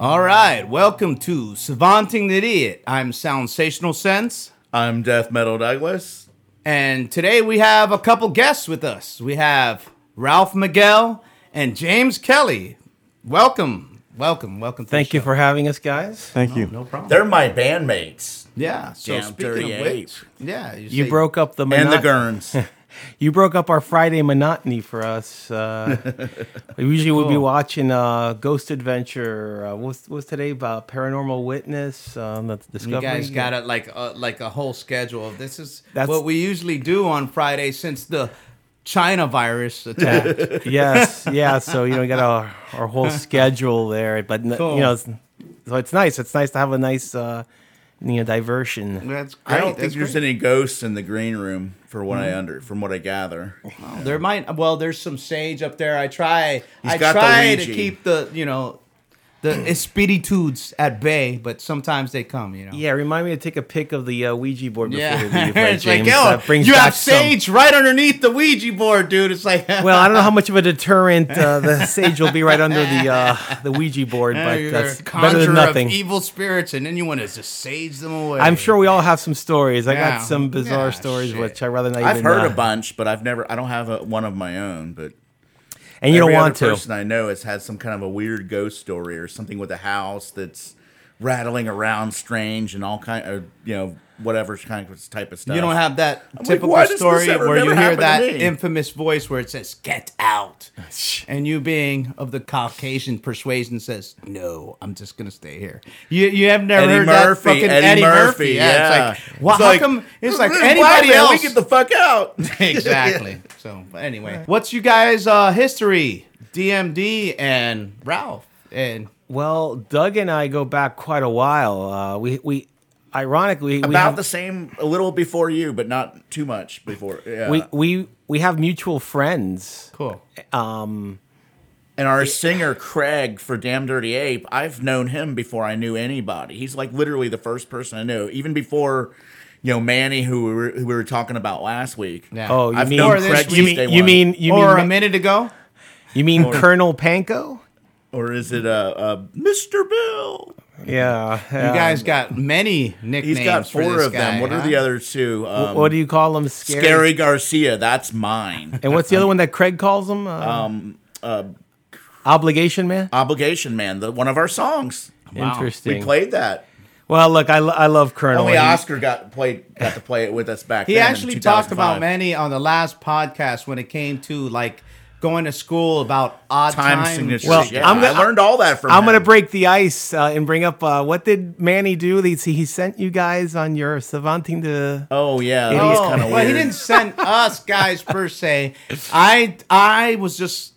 right, welcome to Savanting the Idiot. I'm Soundsational Sense, I'm Death Metal Douglas. and today we have a couple guests with us. We have Ralph Miguel and James Kelly. Welcome, welcome, welcome. To Thank the you show. for having us, guys. Thank you. No problem. They're my bandmates. yeah. So Jam speaking of 38. which, yeah, You say- broke up the And the monot- Gurns. You broke up our Friday monotony for us. Uh, we usually would be watching uh, Ghost Adventure. Uh, what's, what's today about Paranormal Witness? Um, the Discovery. You guys got it like a, like a whole schedule. This is That's- what we usually do on Friday since the China virus attack. yes, yeah. So you know, we got our, our whole schedule there, but n Cool. you know, it's, so it's nice. It's nice to have a nice, uh, you know, diversion. That's great. I don't think That's there's great. Mm-hmm. any ghosts in the green room, for what I under, from what I gather. There might. Well, there's some sage up there. I try. I got the try to Ouija. keep the you know the espiritudes at bay, but sometimes they come. You know. Yeah, remind me to take a pic of the uh, Ouija board before Yeah. we leave, right, it's like, James? yo, That brings you back have some- sage right underneath the Ouija board, dude. It's like, Well, I don't know how much of a deterrent uh, the sage will be right under the uh, the Ouija board, you're but that's a better conjurer than nothing. Of evil spirits, and then you want to just sage them away. I'm sure we all have some stories. I Yeah. got some bizarre Yeah, stories, shit. which I rather not. I've even, heard uh, a bunch, but I've never, I don't have a, one of my own. But and you don't every want other to. person I know has had some kind of a weird ghost story or something with a house that's rattling around strange and all kind of, you know, whatever kind of type of stuff. You don't have that like, typical why does this story ever where you never hear happen to that me? infamous voice where it says "Get out," and you being of the Caucasian persuasion says, "No, I'm just gonna stay here." You you have never Eddie heard that Murphy, fucking Eddie Eddie, Murphy. Murphy, yeah. it's like, well, It's how like, come it's like "We're anybody black, man, else? We get the fuck out. exactly. So but anyway, what's you guys' uh, history? DMD and Ralph and Well, Doug and I go back quite a while. Uh, we we ironically we About have, the same, a little before you, but not too much before. Yeah. we, we we have mutual friends. cool. And our singer Craig for Damn Dirty Ape, I've known him before I knew anybody. He's like literally the first person I knew, even before, you know, Manny, who we were, who we were talking about last week. Yeah. Oh, you I've mean known you Craig mean- since day you one. mean you or a mean minute ago. you mean Colonel Panko? Or is it uh, uh, Mr. Bill? Yeah, You guys got many nicknames. Um, He's got for four this of them. guy, What huh? are the other two? Um, what do you call them? Scary. Scary Garcia, that's mine. And what's the other one that Craig calls him? Uh, Um, obligation man. Obligation Man, the, one of our songs. Interesting. We played that. well, look, I, lo- I love Colonel. Only Oh, He- Oscar got played got to play it with us back He then in actually talked 2005. about Manny on the last podcast when it came to like going to school about odd time, time, signatures. Well, yeah, I'm I'm gonna- I learned all that from I'm gonna him. break the ice uh, and bring up uh, what did Manny do? He, he sent you guys on your savanting to. Oh yeah, that Idiot. was Oh, kind of well, weird. he didn't send us guys per se. I I was just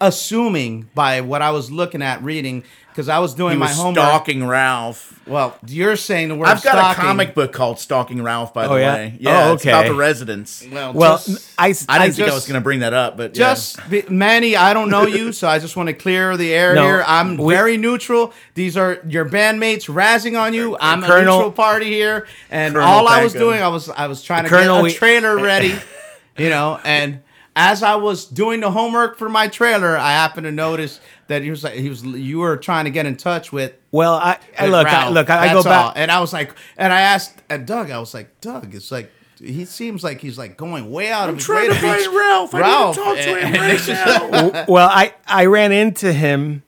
assuming by what I was looking at reading because I was doing He my was homework. stalking Ralph. Well, you're saying the word I've got stalking. a comic book called Stalking Ralf, by the Oh, yeah? way. Yeah, Oh, it's about okay. the residents. Well, Well, just- I I, I didn't think I just- was going to bring that up, but yeah. Just be- Manny, I don't know you, so I just want to clear the air No, here. I'm we- very neutral. These are your bandmates razzing on you. I'm a Colonel- neutral party here, and Colonel all I was Panko. doing, I was I was trying to Colonel, get a we- trailer ready, you know, and. As I was doing the homework for my trailer, I happened to notice that he was like he was you were trying to get in touch with well, I, I with look, I, Ralph. look, I, I go That's all. back. And I was like, and I asked and Doug, I was like, Doug, it's like, he seems like he's like going way out of his way trying to reach find Ralph. Ralph. I need to talk to him And- right now. well, I I ran into him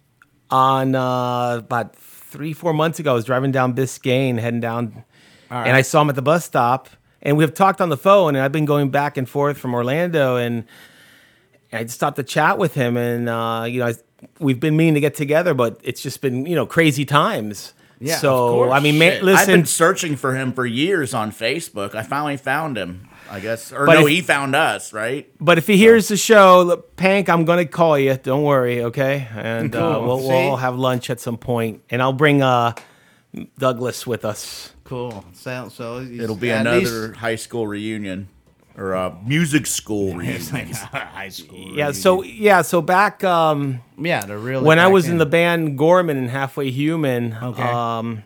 on uh, about three four months ago. I was driving down Biscayne, heading down, and I saw him at the bus stop. And we've talked on the phone, and I've been going back and forth from Orlando, and I just stopped to chat with him, and uh, you know, I, we've been meaning to get together, but it's just been you know crazy times. Yeah, of so course. I mean, ma- Shit. I've I've listen, been searching for him for years on Facebook. I finally found him, I guess. Or But no, if- he found us, right? but if he hears the show, look, Pank, I'm gonna call you. Don't worry, okay? And uh, Cool. we'll, See? we'll all have lunch at some point, and I'll bring uh, Douglas with us. Cool. So, so he's- It'll be at another least- high school reunion or uh, music school reunion. high school. Yeah. So yeah. So back um, Yeah, the real. when I was in the band Gorman and Halfway Human, Okay. um,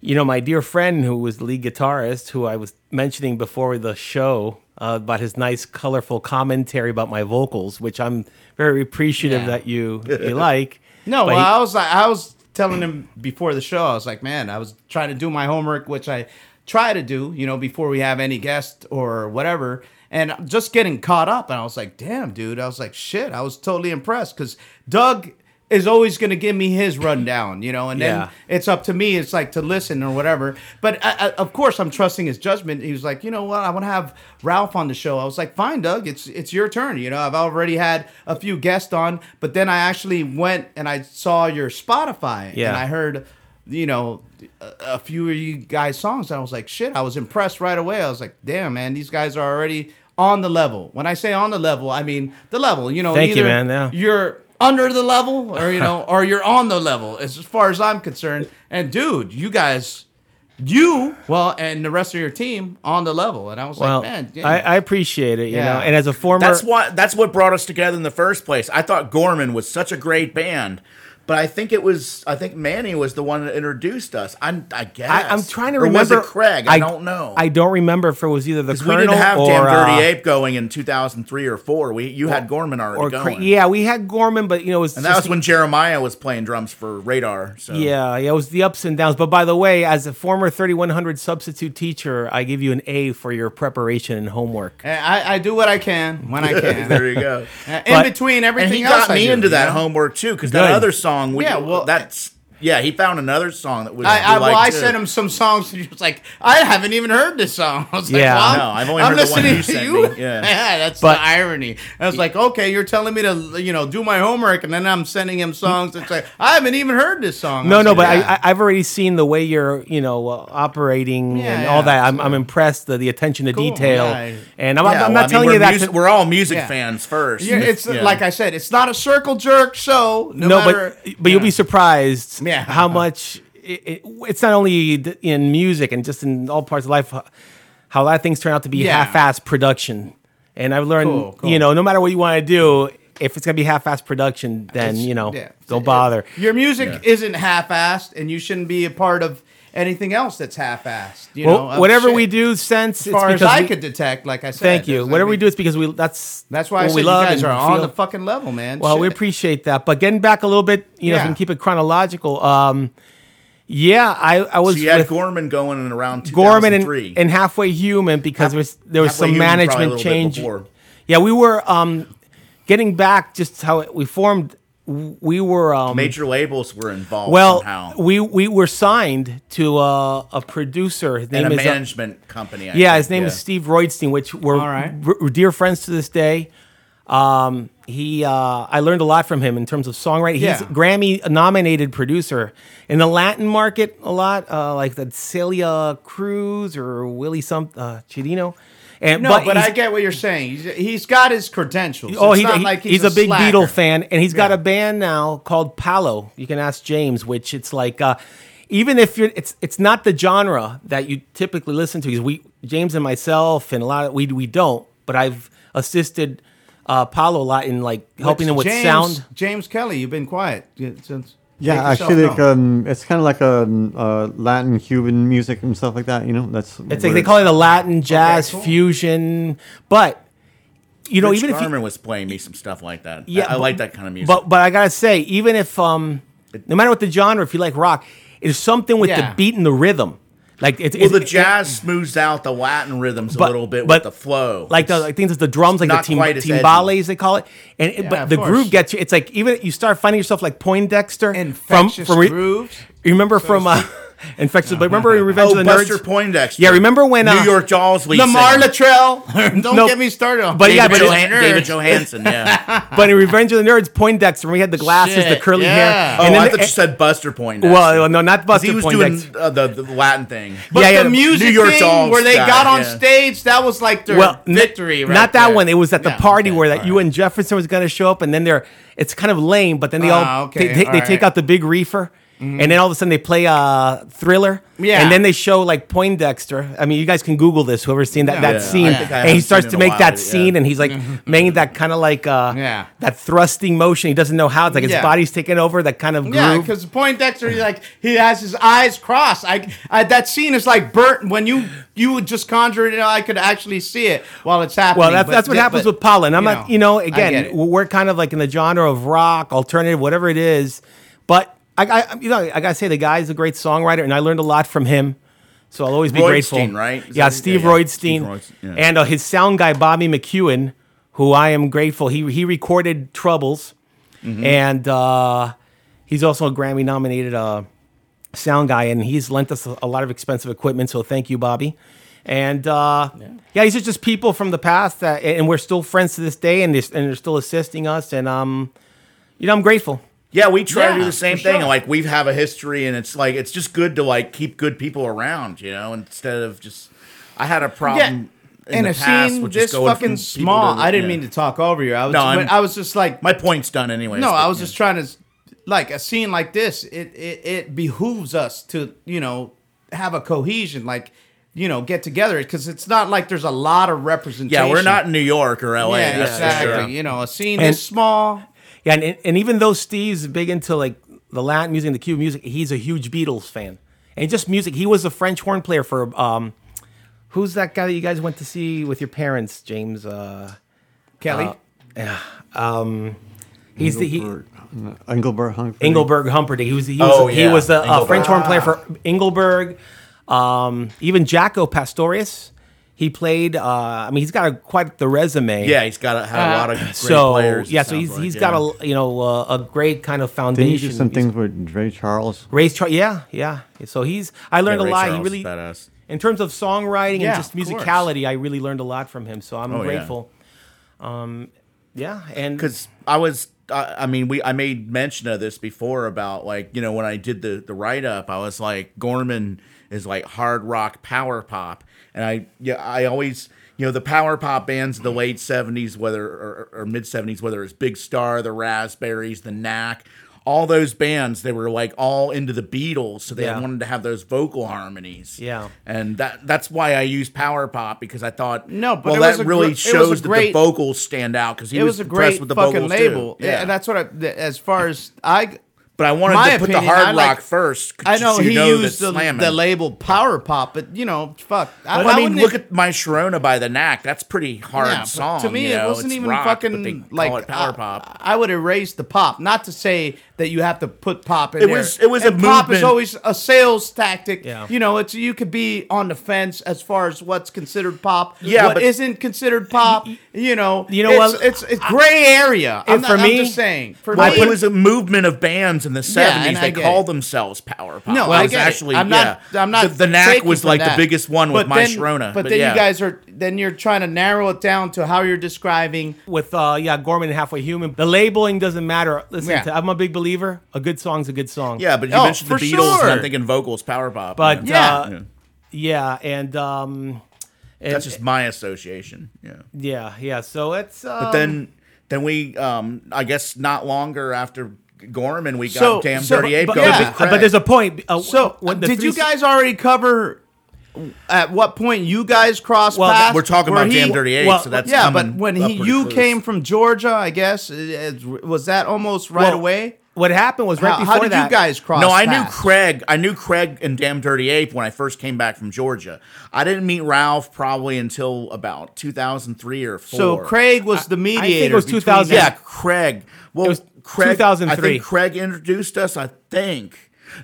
you know, my dear friend who was the lead guitarist, who I was mentioning before the show uh, about his nice, colorful commentary about my vocals, which I'm very appreciative Yeah. that you you like. no, but well, he- I was like, I was telling him before the show, I was like, man, I was trying to do my homework, which I try to do, you know, before we have any guest or whatever. And I'm just getting caught up. And I was like, damn, dude. I was like, shit, I was totally impressed because Doug is always going to give me his rundown, you know, and then Yeah. it's up to me. It's like to listen or whatever. But I, I, of course, I'm trusting his judgment. He was like, you know what? I want to have Ralph on the show. I was like, fine, Doug. It's it's your turn. You know, I've already had a few guests on, but then I actually went and I saw your Spotify Yeah. and I heard, you know, a, a few of you guys' songs. And I was like, shit. I was impressed right away. I was like, damn, man, these guys are already on the level. When I say on the level, I mean the level. You know, Thank you, either man. Yeah. you're under the level or you know or you're on the level as far as i'm concerned and dude you guys you well and the rest of your team on the level and i was Well, like man damn. I, I appreciate it, you Yeah. know. And as a former, That's why. That's what brought us together in the first place. I thought Gorman was such a great band, but I think it was. I think Manny was the one that introduced us. I'm. I guess. I, I'm trying to Or remember. Was it Craig? I, don't know. I don't remember if it was either the 'Cause Colonel we didn't have or Damn Dirty uh, Ape going in 2003 or four. We you had Gorman already or Cra- going. yeah, we had Gorman, but you know it was And that just was when Jeremiah was playing drums for Radar. So Yeah, yeah, it was the ups and downs. But by the way, as a former 3100 substitute teacher, I give you an A for your preparation and homework. And I, I do what i can when i can there you go. Uh, in But- between everything and he else got I me do, into you that know? homework too because that Good. other song. We, Yeah, well- that's yeah. He found another song that was. I, I, we well, liked, I too. sent him some songs, and he was like, "I haven't even heard this song." I was like, Yeah. well, I'm- No, I've only I'm heard the one listening you to sent you. me. Yeah. that's But- the irony. I was like, "Okay, you're telling me to, you know, do my homework, and then I'm sending him songs that's like, I haven't even heard this song." No, was no, like, but "Yeah." I, I, I've already seen the way you're, you know, uh, operating Yeah, and all yeah, that. I'm, I'm impressed the, the attention to Cool, detail, yeah. and I'm, Yeah, I'm well, not I mean, telling we're you that. music- to- we're all music Yeah. fans first. Yeah, it's Yeah. like I said, it's not a circle jerk show. No, no, matter, but but you'll be surprised Yeah. how much it, it, it's not only d- in music and just in all parts of life h- how a lot of things turn out to be Yeah. half-assed production. And I've learned, Cool, cool. you know, no matter what you want to do, if it's gonna be half-assed production, then It's- you know, yeah. don't bother. your music isn't half-assed, and you shouldn't be a part of anything else that's half-assed. You Well, know, Oh, whatever shit. we do, sense as far it's as because I we- could detect, like I said, Thank you. there's Whatever we nothing- do, it's because we that's That's why I what said we love you guys and are on feel. the fucking level, man. Well, we Shit. appreciate that. But getting back a little bit, you know, Yeah. if we can keep it chronological. Um, yeah, I, I was So you had with Gorman going in around Gorman 2003. and, and halfway human because there was there was Halfway some Human probably a management little bit change. before. Yeah, we were um, getting back just how it, we formed. We were um, major labels were involved well, somehow. we we were signed to uh, a producer. His name and a is uh, management company. I yeah, think, his name is Steve Roydstein, which we're, All right. we're- we're dear friends to this day. Um, he, uh, I learned a lot from him in terms of songwriting. He's a Yeah. Grammy nominated producer in the Latin market a lot, uh, like the Celia Cruz or Willie some uh, Chirino. And No, but, I he's- get what you're saying. He's, he's got his credentials. Oh, It's he, not he- like he's, a, big slacker. Beatle fan, and he's got Yeah. a band now called Palo. You can ask James, which it's like, uh, even if you're, it's it's not the genre that you typically listen to. Because we, James and myself, and a lot of we we don't. But I've assisted uh, Palo a lot in like helping him with James- sound. James Kelly, you've been quiet yeah, since. Yeah, Make yourself actually, like, known. um, it's kind of like a um, uh, Latin, Cuban music and stuff like that. You know, that's It's like they call it a Latin jazz cool. fusion, but you know, Rich even if you, Garman was playing me some stuff like that. Yeah, I, I but- like that kind of music. But but I gotta say, even if um, no matter what the genre, if you like rock, it's something with Yeah. the beat and the rhythm. Like it's well, the it's- jazz smooths out the Latin rhythms But- a little bit but- with the flow. like the It's- like things with the drums, like the not tim- quite as edgy. timbales they call it, and it, but of the course. groove gets you. It's like even you start finding yourself like Poindexter infectious re- grooves. You remember from uh, infectious, but remember oh, Revenge of the Buster Nerds. Poindexter. Yeah, remember when, uh, New York Jawsley, Lamar singer. Latrell. Don't No, get me started on. but yeah, David, it's- Johan- David Johansen. Yeah. but in Revenge of the Nerds, Poindexter, when we had the glasses, the Shit, curly yeah. hair, oh, and I then- thought you said Buster Poindexter. uh, well, no, not 'Cause Buster he was Poindexter. doing uh, the, the Latin thing. But Yeah, yeah, the the music New York thing Dolls where they guy, got on yeah. stage, that was like their n- victory, right? Not that there. one. It was at the No, party okay, where that all you and Jefferson was going to show up, and then they're it's kind of lame. But then they Ah, all okay, they, they, all they take right. Mm-hmm. out the big reefer, and then all of a sudden they play uh, Thriller, Yeah. and then they show like Poindexter. I mean, you guys can Google this. Whoever's seen that that Yeah, I scene, think I and he haven't starts seen it to in a make while, that yeah. scene, and he's like making that kind of like uh, Yeah. that thrusting motion. He doesn't know how. It's like his Yeah. body's taking over that kind of groove. Yeah, because Poindexter, he's like he has his eyes crossed. I, I that scene is like burnt when you you would just conjure it. and I could actually see it while it's happening. Well, that's, but- that's what yeah, happens but, with Paula. And I'm you not, know, you know, I get again, it. we're kind of like in the genre of rock, alternative, whatever it is. But I, I you know, I gotta say the guy's a great songwriter, and I learned a lot from him. So I'll always be grateful. Roydstein, right? Is Yeah, that- Steve yeah, yeah. Roydstein, Steve Royds- yeah. and uh, his sound guy Bobby McEwen, who I am grateful. He he recorded Troubles, Mm-hmm. and uh, he's also a Grammy nominated uh, sound guy, and he's lent us a, a lot of expensive equipment. So thank you, Bobby. And uh, yeah. these are just people from the past that, and we're still friends to this day, and they're, and they're still assisting us, and um, you know, I'm grateful. Yeah, we try to do Yeah, the same for thing. sure. Like we have a history, and it's like it's just good to like keep good people around, you know, instead of just. I had a problem. In and the a past, scene with this just going from fucking people small. to- I didn't yeah. mean to talk over you. I was, No, but I'm- I was just like, My point's done anyway. no, I was just trying to, like, a scene like this. It it it behooves us to you know have a cohesion, like you know get together because it's not like there's a lot of representation. Yeah, we're not in New York or LA. Yeah, that's exactly. For sure. You know, a scene And- is small. Yeah, and, and even though Steve's big into like the Latin music and the Cuban music, he's a huge Beatles fan. And just music, he was a French horn player for um, who's that guy that you guys went to see with your parents, James? Uh, Kelly, he's the he, Engelbert, uh, Engelbert Humperdinck. Engelberg Humperdinck. He was he was, Oh, he yeah. was a, a Engelbert. Ah. French horn player for Engelberg. Um, even Jaco Pastorius, he played. Uh, I mean, he's got a, quite the resume. Yeah, he's got a, had a lot of great Uh, So players. it yeah, so sounds he's like, he's yeah. got a you know uh, a great kind of Didn't foundation. he do some things with Dre Charles? Ray's Char- yeah, yeah. So he's I learned Ray a lot. Charles is he really badass. in terms of songwriting Yeah, and just of course. musicality, I really learned a lot from him. So I'm Oh, yeah. grateful. Um, yeah, Mm-hmm. and because I was. I, I mean, we I made mention of this before about like you know when I did the the write up, I was like Gorman is like hard rock power pop, and I yeah I always you know the power pop bands of the late seventies whether or, or mid seventies whether it's Big Star, the Raspberries, the Knack. All those bands, they were like all into the Beatles, so they Yeah. wanted to have those vocal harmonies. Yeah. and that that's why I use power pop because I thought No, but well it that was a gr- really it was a shows great- that the vocals stand out because he it was a great impressed with the fucking vocals, too. label. Yeah, and that's what I. th- As far as I, But I wanted my to put the opinion, hard I like- rock first. I know so you he know used that's the, slamming. the label Power Pop, but you know, fuck. But I, mean, wouldn't look even- at my Sharona by the Knack. That's pretty hard yeah, but song. To me, you know? it wasn't It's even rock, but they fucking call like uh, it power I- pop. I, would erase the pop, not to say that you have to put pop in It there. was- it was a And pop is movement. always a sales tactic. Yeah. You know, it's you could be on the fence as far as what's considered pop. Yeah, what but- not considered pop. You know, You know it's, what? It's it's gray area. I'm And not, for I'm me- just saying. For Well, me, it was a movement of bands in the seventies. and I they get called it. themselves power pop. No, It I was get it. Uh, actually, I'm not. yeah. I'm not. The, the Knack taking was for like that. the biggest one with But my then- Sharona. But then yeah. you guys are. Then you're trying to narrow it down to how you're describing. with uh, yeah, Gorman and Halfway Human, the labeling doesn't matter. Listen, Yeah. to, I'm a big believer. A good song's a good song. Yeah, but you Oh, mentioned the for Beatles, and sure. I'm thinking vocals, power pop. but yeah. Yeah. Uh, yeah, and um, and, that's just my association. Yeah. yeah, yeah. So it's uh, But then, then we, um, I guess, not longer after Gorman, we got So- damn so- dirty ape. but, Go yeah. with but, but Craig. there's a point. Uh, So when the did you three- guys already cover? At what point you guys crossed Well, paths? we're talking where about he- damn dirty ape, well, so that's Yeah, but coming when up he pretty you close. came from Georgia, I guess it- it- was that almost right well, away? What happened was right How, before how did that. you guys cross? No, I knew paths? Craig. I knew Craig and Damn Dirty Ape when I first came back from Georgia. I didn't meet Ralph probably until about 2003 or four. So Craig was the mediator. was between 2000 that- yeah, Craig. Well, It was Craig. 2003. I think Craig introduced us. I think.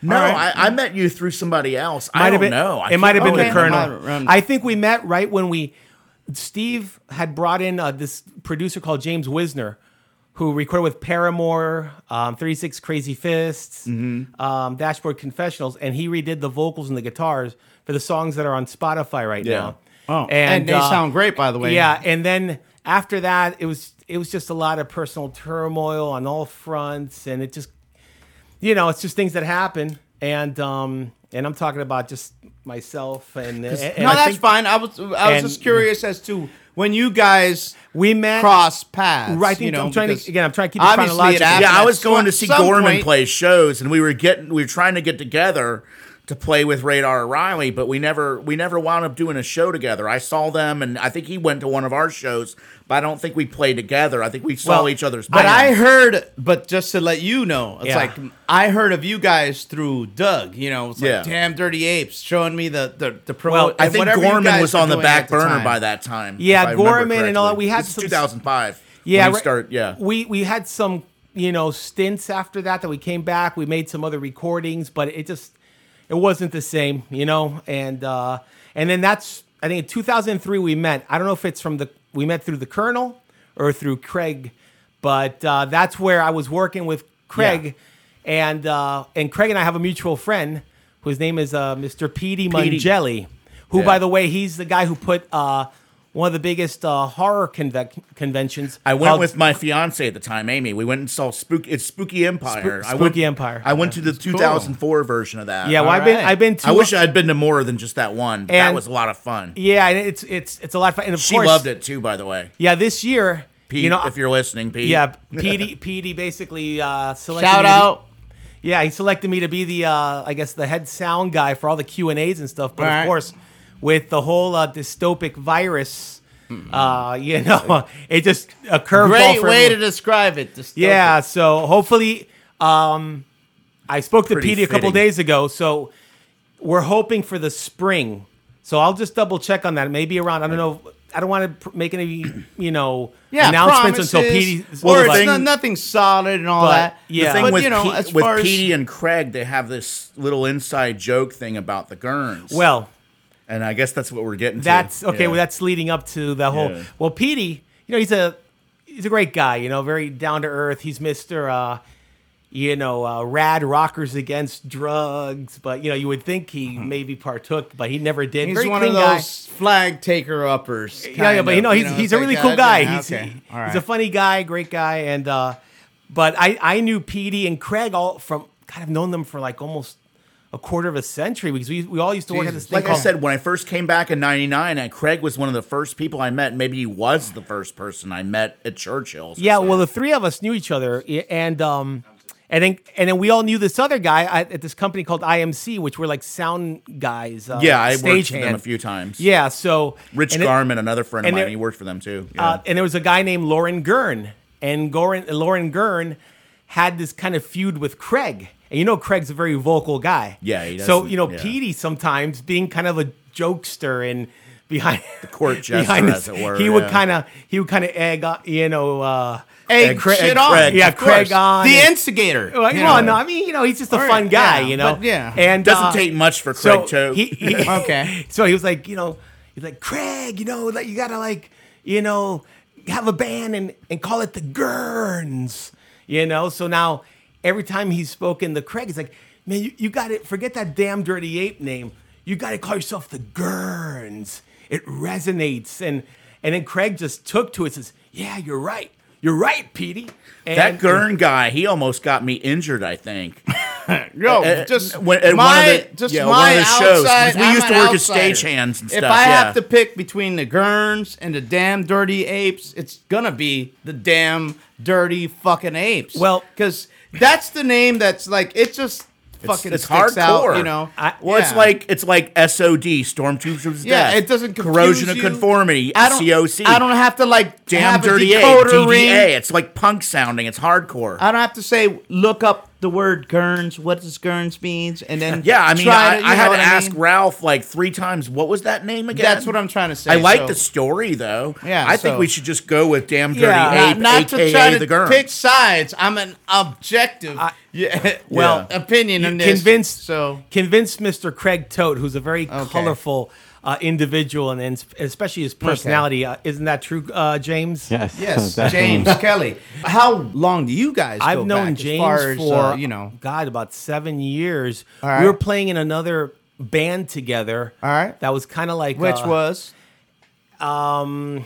No, All right. I, I met you through somebody else. I might don't have been, know. I It might have can't been the okay, remember. I colonel. might run- I think we met right when we. Steve had brought in uh, this producer called James Wisner, who recorded with Paramore, um, 36 Crazy Fists, Mm-hmm. um, Dashboard Confessionals, and he redid the vocals and the guitars for the songs that are on Spotify right Yeah. now. Oh, and, they uh, sound great, by the way. Yeah, and then after that, it was it was just a lot of personal turmoil on all fronts, and it just you know, it's just things that happen. And um, and I'm talking about just myself and, and, and no, I that's think fine. I was I was and- just curious as to when you guys we met. cross paths. Right, I think you know, I'm trying to- because again, I'm trying to keep it obviously chronological. happened Yeah, I at was going some- to see some Gorman point. play shows, and we were getting we were trying to get together to play with Radar O'Reilly, but we never we never wound up doing a show together. I saw them, and I think he went to one of our shows, but I don't think we played together. I think we saw Well, each other's. But bands. I heard, but just to let you know, it's Yeah. like I heard of you guys through Doug. You know, it's like Yeah. damn dirty apes showing me the the the Well, promote. I and think whatever you Gorman guys was were on the doing back at burner time. by that time. Yeah, if I remember Gorman and all that, we had correctly. some- this is 2005. Yeah, when we right- start. Yeah, We we had some you know, stints after that that we came back. We made some other recordings, but it just it wasn't the same, you know. And uh, and then that's I think in 2003 we met. I don't know if it's from the we met through the Colonel or through Craig, but uh, that's where I was working with Craig, and uh, and Craig and I have a mutual friend whose name is uh, Mr. Petey Mangelli, who by the way he's the guy who put. Uh, one of the biggest uh, horror conve- conventions. I went called with my fiance at the time, Amy. We went and saw Spook. It's Spooky Empire. Spook- I went- Spooky Empire. I went to the 2004 version of that. Yeah, well, I've been Alright. I've been to. I wish I'd been to more than just that one. But that And- was a lot of fun. yeah, and it's it's it's a lot of fun. And of She course, loved it too, by the way. Yeah, this year, Pete, you know, if you're listening, Pete. yeah, PD PD basically uh, selected Shout me to- out. yeah, he selected me to be the uh, I guess the head sound guy for all the Q and A's and stuff. But Alright. of course, with the whole uh, dystopic virus, uh, you know, it just a curveball. Great for way everyone. to describe it. dystopic. Yeah, so hopefully, um, I spoke to Pretty Petey a couple fitting. days ago, so we're hoping for the spring. So I'll just double check on that. Maybe around. I don't know. I don't want to pr- make any you know Yeah, announcements until Petey. promises, Well, or the it's thing- no- nothing solid and all But, that. yeah. The thing but with, you know, Pete- as with far as Petey and Craig, they have this little inside joke thing about the Gurns. well, and I guess that's what we're getting. that's to. okay. Yeah. Well, that's leading up to the whole. Yeah. Well, Petey, you know, he's a he's a great guy. You know, very down to earth. He's Mister, uh, you know, uh, rad rockers against drugs. But you know, you would think he maybe partook, but he never did. he's Very one clean of guy. those flag taker uppers. yeah, yeah, but you know, he's, he's a really cool guy. he's okay. he- all right. he's a funny guy, great guy, and uh, but I I knew Petey and Craig all from God, I've known them for like almost a quarter of a century because we, we all used to work at Jesus. this thing Like I called- said, when I first came back in '99, and Craig was one of the first people I met. Maybe he was the first person I met at Churchill's. or yeah. something. Well, the three of us knew each other, y- and um, and then and then we all knew this other guy at, at this company called IMC, which were like sound guys. Uh, yeah, I worked for them stagehand. a few times. Yeah, so Rich and it- Garman, another friend of and mine, it- he worked for them too. Yeah. Uh, and there was a guy named Lauren Gurn, and Gorin, Lauren Gurn had this kind of feud with Craig, and you know Craig's a very vocal guy. Yeah, he so doesn't- you know yeah. Petey sometimes being kind of a jokester and behind the court jester, as it were, he would yeah. kind of he would kind of egg on, you know. Uh, hey, Egg Craig, shit shit on. on. Yeah, Craig on the and- instigator. well, you well, know. no, I mean you know he's just a All fun right, guy, yeah, you know. but yeah. and Doesn't uh, take much for Craig so to. he- he- Okay. So he was like, you know, he's like, Craig, you know, like you gotta like, you know, have a band and and call it the Gurns, you know. So now every time he's spoken to Craig, he's like, man, you, you got to forget that damn dirty ape name. You got to call yourself the Gurns. It resonates, and and then Craig just took to it. Says, yeah, you're right. You're right, Petey. And, that Gurn guy, he almost got me injured. I think. Yo, At- just Uh, when- at one of my the- just yeah, my one of the shows, 'cause outside. we I'm used to an work as outsider. stagehands and If stuff, I yeah. have to pick between the Gurns and the damn dirty apes, it's gonna be the damn dirty fucking apes. Well- because that's the name that's like it just fucking it's sticks hardcore. out. You know, I- Well, it's Yeah. like it's like SOD, Stormtroopers. Yeah, Death, it doesn't confuse corrosion of you. conformity. I don't, COC. I don't have to like damn have dirty a A, decoder DDA. ring. It's like punk sounding. It's hardcore. I don't have to say look up the word Gurns. What does Gurns means? And then yeah, I mean, try I, to- you I had know to what ask mean? Ralph like three times. What was that name again? That's what I'm trying to say. I like so- the story though. Yeah, I think so- we should just go with Damn Dirty Yeah. Ape, not, not to aka try to the Gurn. pick sides. I'm an objective, yeah, well, well, opinion on this. convinced so convinced Mr. Craig Tote, who's a very colorful uh, individual and, and especially his personality. Uh, isn't that true, uh, James? Yes. yes, definitely. James Kelly. How long do you guys? go I've known back as James far as, for uh, you know. God about seven years. right. We were playing in another band together. All right. that was kind of like which uh, was um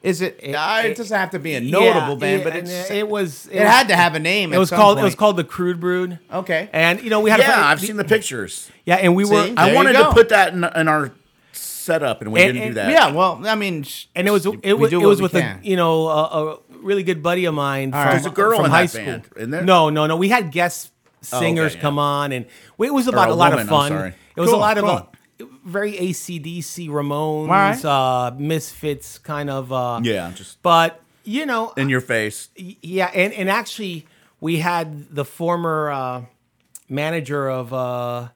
is it, uh, it, it- doesn't have to be a yeah, notable band yeah, but and it's, it was it had to have a name It at was some called it point. was called the Crude Brood. Okay. and you know we had a, yeah, I've seen the pictures. yeah, and we were See? I There you wanted to go. put that in, in our setup, and we And- didn't and- do that. yeah well i mean sh- and it was it, we was do it what was we with can. a you know a, a really good buddy of mine. From, There's a girl from in high that school. band, isn't there? Oh, No, no, no. We had guest okay, singers yeah. come on, and we- it was about a a, lot woman, of I'm fun. sorry. It was Cool, a lot cool. of uh, very ACDC, Ramones, Alright. uh, Misfits, kind of. Uh, Yeah, just- But you know, in your face. yeah, and and actually, we had the former uh, manager of uh,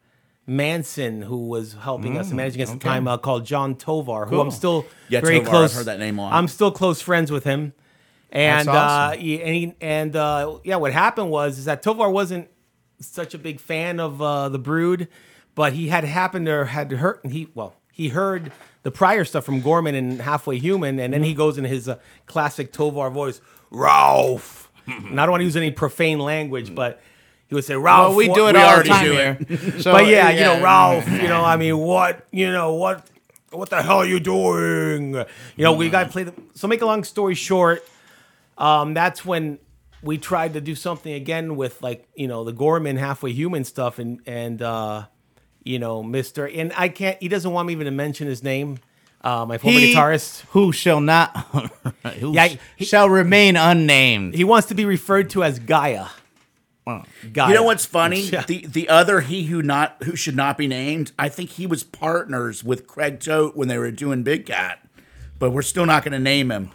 Manson who was helping us, managing us at the time, uh, called John Tovar, who I'm still Mm, Yeah, very Tovar, I've close. heard that name a lot. I'm still close friends with him, And That's awesome. uh, yeah, and, he- and uh, yeah, what happened was is that Tovar wasn't such a big fan of uh, the Brood, but he had happened to had heard he well he heard the prior stuff from Gorman and Halfway Human, and Mm-hmm. then he goes in his uh, classic Tovar voice, Ralph. and I don't want to use any profane language, but he would say, Ralph. Mm. Well, Oh, we what- do it we all the already time do here. it. So, but yeah, you Oh, know, eh, yeah. Ralph, you know, I mean, what, you know, what, what the hell are you doing? You know, we got to play the. So, make a long story short, um, that's when we tried to do something again with like, you know, the Gorman halfway human stuff and, and, uh, you know, Mr. And I can't, he doesn't want me even to mention his name. Uh, my former He guitarist. who shall not, who Yeah, sh- he- shall remain unnamed. He wants to be referred to as Gaia. Gaia. You know what's funny? Yeah. The the other he who not who should not be named. I think he was partners with Craig Tote when they were doing Big Cat, but we're still not going to name him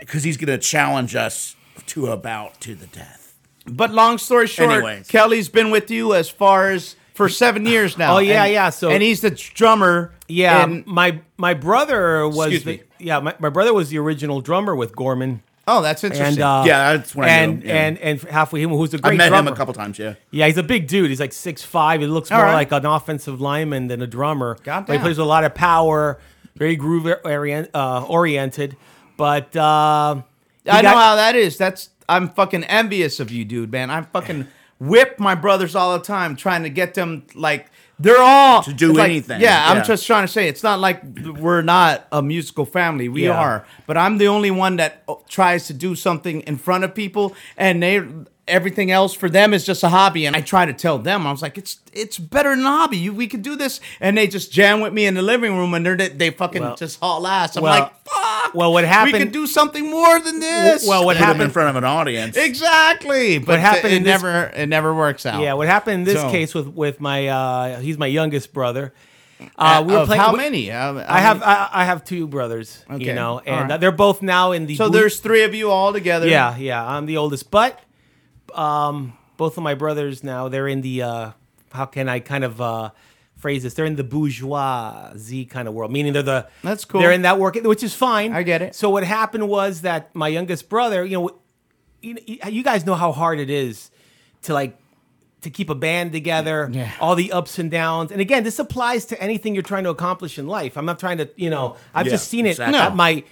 because he's going to challenge us to about to the death. But long story short, Anyways. Kelly's been with you as far as for seven years now. Oh, yeah, and- yeah, so- and he's the drummer. Yeah, in- my my brother was Excuse the me. yeah my, my brother was the original drummer with Gorman oh, that's interesting. and uh, Yeah, that's when I knew and him, yeah. and and halfway him who's a I great met drummer. him a couple times. Yeah, Yeah, he's a big dude. He's like six five. He looks All more right. like an offensive lineman than a drummer. Goddamn. But he plays with a lot of power, very groove orient, uh, oriented. But uh, he I got- know how that is. That's I'm fucking envious of you, dude, man. I fucking whip my brothers all the time trying to get them like they're all to do anything, Yeah, yeah. I'm just trying to say it's not like we're not a musical family. We Yeah. are, but I'm the only one that uh, tries to do something in front of people, and they everything else for them is just a hobby. And I try to tell them, I was like, it's it's better than a hobby. You, we could do this, and they just jam with me in the living room, and they're they fucking Well- just haul ass. I'm well- like, fuck. well, what We happened- could do something more than this. well, what put him in happened? front of an audience. Exactly. But happened it, in this- never it never works out. Yeah, what happened in this So- case with with my uh, he's my youngest brother. Uh, we were Of playing. how we- many? How- how I have many? I, I have two brothers, you Okay, know, all and right. they're both now in the so blue- there's three of you all together. yeah yeah I'm the oldest, but um both of my brothers now they're in the uh how can I kind of uh phrase this they're in the bourgeoisie kind of world meaning they're the That's cool. they're in that work which is fine I get it. so what happened was that my youngest brother you know you, you guys know how hard it is to like to keep a band together, Yeah. all the ups and downs. And again, this applies to anything you're trying to accomplish in life. I'm not trying to, you know, I've Yeah, just seen it exactly. at my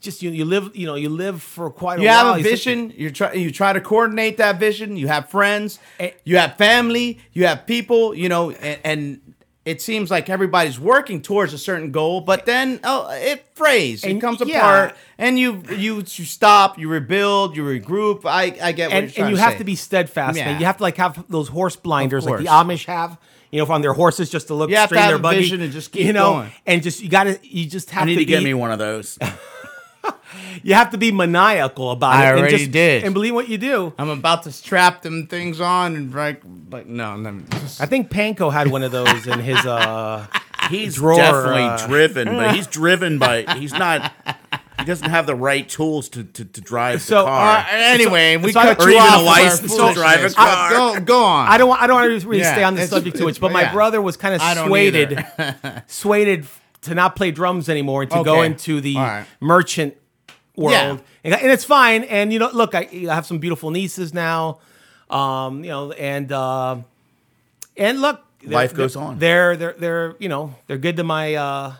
just you you live, you know, you live for quite a You while. have a It's- vision. You try. You try to coordinate that vision. You have friends. Eh. You have family. You have people. You know, and, and it seems like everybody's working towards a certain goal, but then oh, it frays. It And- comes yeah. apart, and you you you stop. You rebuild. You regroup. I I get what and, you're trying and you to have say. to be steadfast, Yeah. man. You have to like have those horse blinders like the course. Amish have, you know, on their horses just to look You have straight to in have a their buggy, vision and just keep you know, going. and just you got to you just have I need to be, get me one of those. you have to be maniacal about I it. and already just, did. and believe what you do. I'm about to strap them things on and like, like no, no. I think Panko had one of those in his uh He's Drawer, definitely uh, driven, but he's driven by he's not. He doesn't have the right tools to to, to drive So, the car. Uh, anyway, we so I- cut or you even a off of our license to foolishness. drive a Uh, car. Go, go on. I don't. wa- I don't want to really Yeah, stay on this it's- subject too much, but my yeah. brother was kind of I don't swayed, swayed to not play drums anymore and to go Okay. into the All right. merchant world, Yeah. and, and it's fine. And you know, look, I, I have some beautiful nieces now, um, you know, and uh, and look, they're- Life goes on. They're they're they're you know they're good to my uh,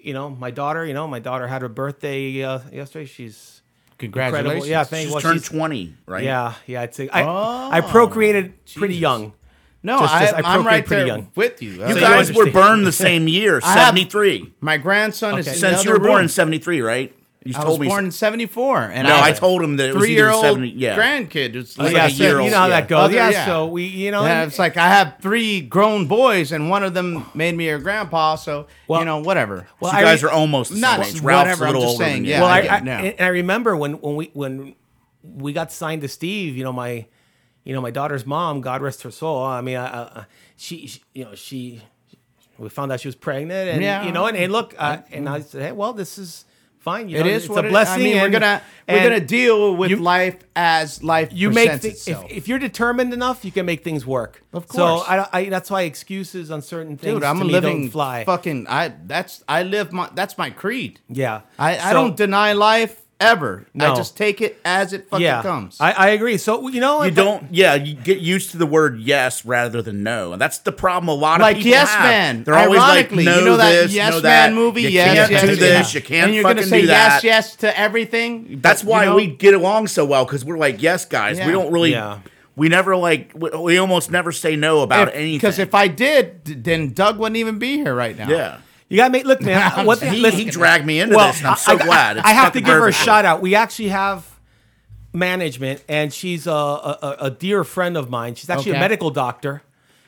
you know my daughter. You know, my daughter had her birthday uh, yesterday. She's incredible. Congratulations. Yeah, thank She's well, turned she's- twenty, right? Yeah, yeah. It's a, I, Oh, I procreated pretty young. No, Just- I, just- I I'm procreate right pretty there young. with you. You Uh, guys were understand. burned the same year, I have- seventy three. my grandson is Okay. in Since the you were other born room. in seventy three, right? You I was told me. born in '74, and no, I, I have a told him that it was either three-year-old 70 Yeah, grandkid. It's like yeah, a so year you old, know how that yeah. goes. Other- yeah, yeah. so we, you know, Yeah, and- it's like I have three grown boys, and one of them made me a grandpa. So Well- you know, whatever. well, You I guys re- are almost the same Not age. Ralph's whatever, a I'm little just older saying, than you. yeah, Well, I I, I, get it now. and I remember when when we when we got signed to Steve, you know, my you know my daughter's mom, God rest her soul. I mean, I, I, she, she, you know, she we found out she was pregnant, and Yeah. you know, and, and look, I, and I said, hey, well, this is fine. You It know, is it's what a it- blessing. I mean, we're and- gonna we're and gonna deal with life as life you make presents thi- itself. if, if you're determined enough, you can make things work. Of So course. I, I that's why excuses on certain things Dude, I'm to a me living don't fly. fucking. I that's I live my that's my creed. yeah, I, I So- don't deny life. ever. I No. just take it as it fucking yeah, comes. I, I agree. So you know, You if I- don't, yeah. You get used to the word yes rather than no, and that's the problem. A lot of like people Yes have. Man. They're always Ironically, like, no you know that this, Yes no Man that. movie. You yes, can't yes, do yes. this. You can't And you're fucking gonna say do that. yes, yes to everything. That's but, why you know, we get along so well because we're like yes guys. Yeah. We don't really. Yeah. We never like. We, we almost never say no about anything. Because if I did, d- then Doug wouldn't even be here right now. yeah, you gotta make look, man. what he, listen- he dragged me into this, and I'm so I- glad. It's I have to fucking give her a perfect. shout out. We actually have management, and she's a, a, a- a dear friend of mine. She's actually Okay. a medical doctor,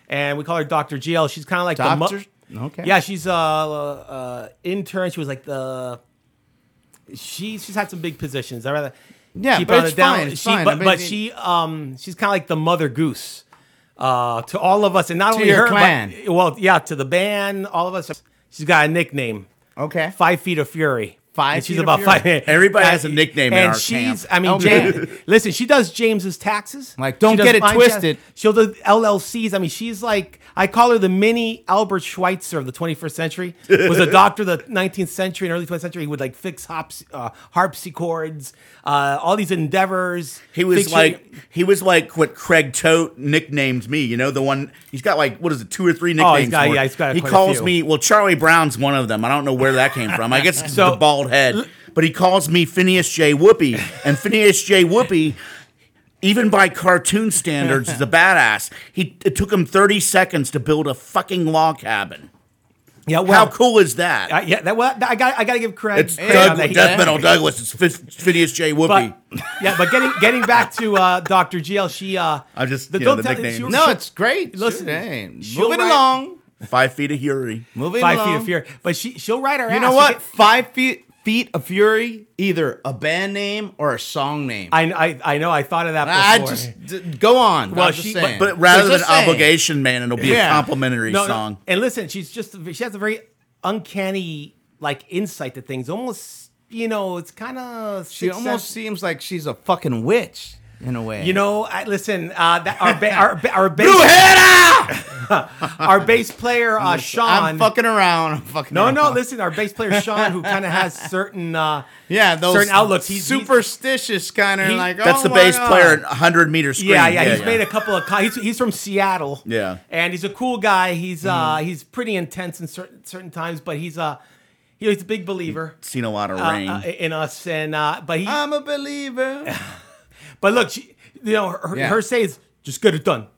and we call her Doctor GL. She's kind of like Doctor? the mo- Okay. Yeah, she's a, uh intern. She was like the. She she's had some big positions. I rather Yeah, keep but on it's it down. fine, it's she, fine. I But, mean, but it- she um she's kind of like the mother goose. Uh, to all of us, and not only your her, but- clan. well, yeah, to the band, all of us. She's got a nickname Okay. five feet of fury. Five And she's feet of about fury. five. Everybody Uh, has a nickname in and our she's. camp. I mean, Oh, Jam- man. listen, she does James's taxes. Like, don't She does get it fine tax- twisted. She'll do LLCs. I mean, she's like I call her the mini Albert Schweitzer of the 21st century. Was a doctor of the 19th century and early 20th century. He would like fix hops, uh, harpsichords, uh, all these endeavors. He was Fix your- like he was like what Craig Tote nicknamed me. You know the one he's got like what is it two or three nicknames? Oh, he's got- for it. yeah, he's got he quite a calls few. me well Charlie Brown's one of them. I don't know where that came from. I guess it's So- the bald head. But he calls me Phineas J. Whoopi, and Phineas J. Whoopi. Even by cartoon standards, is a badass. He it took him thirty seconds to build a fucking log cabin. yeah, well, How cool is that? I, yeah, that well, I got I got to give credit. it's credit on Doug, that. He- Death Metal Douglas. It's Phi- Phineas J. Whoopi. But yeah, but getting getting back to uh, Dr. GL, she uh, I just- the, you know, don't the tell- nickname. she- No, she- it's great. Listen, Listen, hey, she'll move it write- along. Five feet of fury. Move it five along. feet of fear. But she she'll write her. You ass. know She what? get- Five feet feet of fury, either a band name or a song name. I, I, I I know. I thought of that. Before. just d- go on. Well, I'm just she- saying. But rather I'm than just saying. obligation, man, it'll be Yeah. a complimentary No, no, song. And listen, she's just she has a very uncanny like insight to things. Almost you know, it's kind of she almost seems like she's a fucking witch in a way. You know, I, listen. Uh, that our ba- our ba- our Blue bass, our bass player uh, Sean. I'm fucking around. I'm fucking no, around. no. Listen, our bass player Sean, who kind of has certain uh, Yeah, those certain outlooks. He's- he's- superstitious kind of he- like. That's oh the my bass God. player in 100 meter screen. Yeah, yeah, he's made a couple of. co- He's, he's from Seattle. Yeah. Mm-hmm. and he's a cool guy. He's uh he's pretty intense in certain certain times, but he's uh you know, he's a big believer seen a lot of uh, rain. uh, in us. And uh, but he I'm a believer. but look, she, you know her, Yeah. her say is just get it done,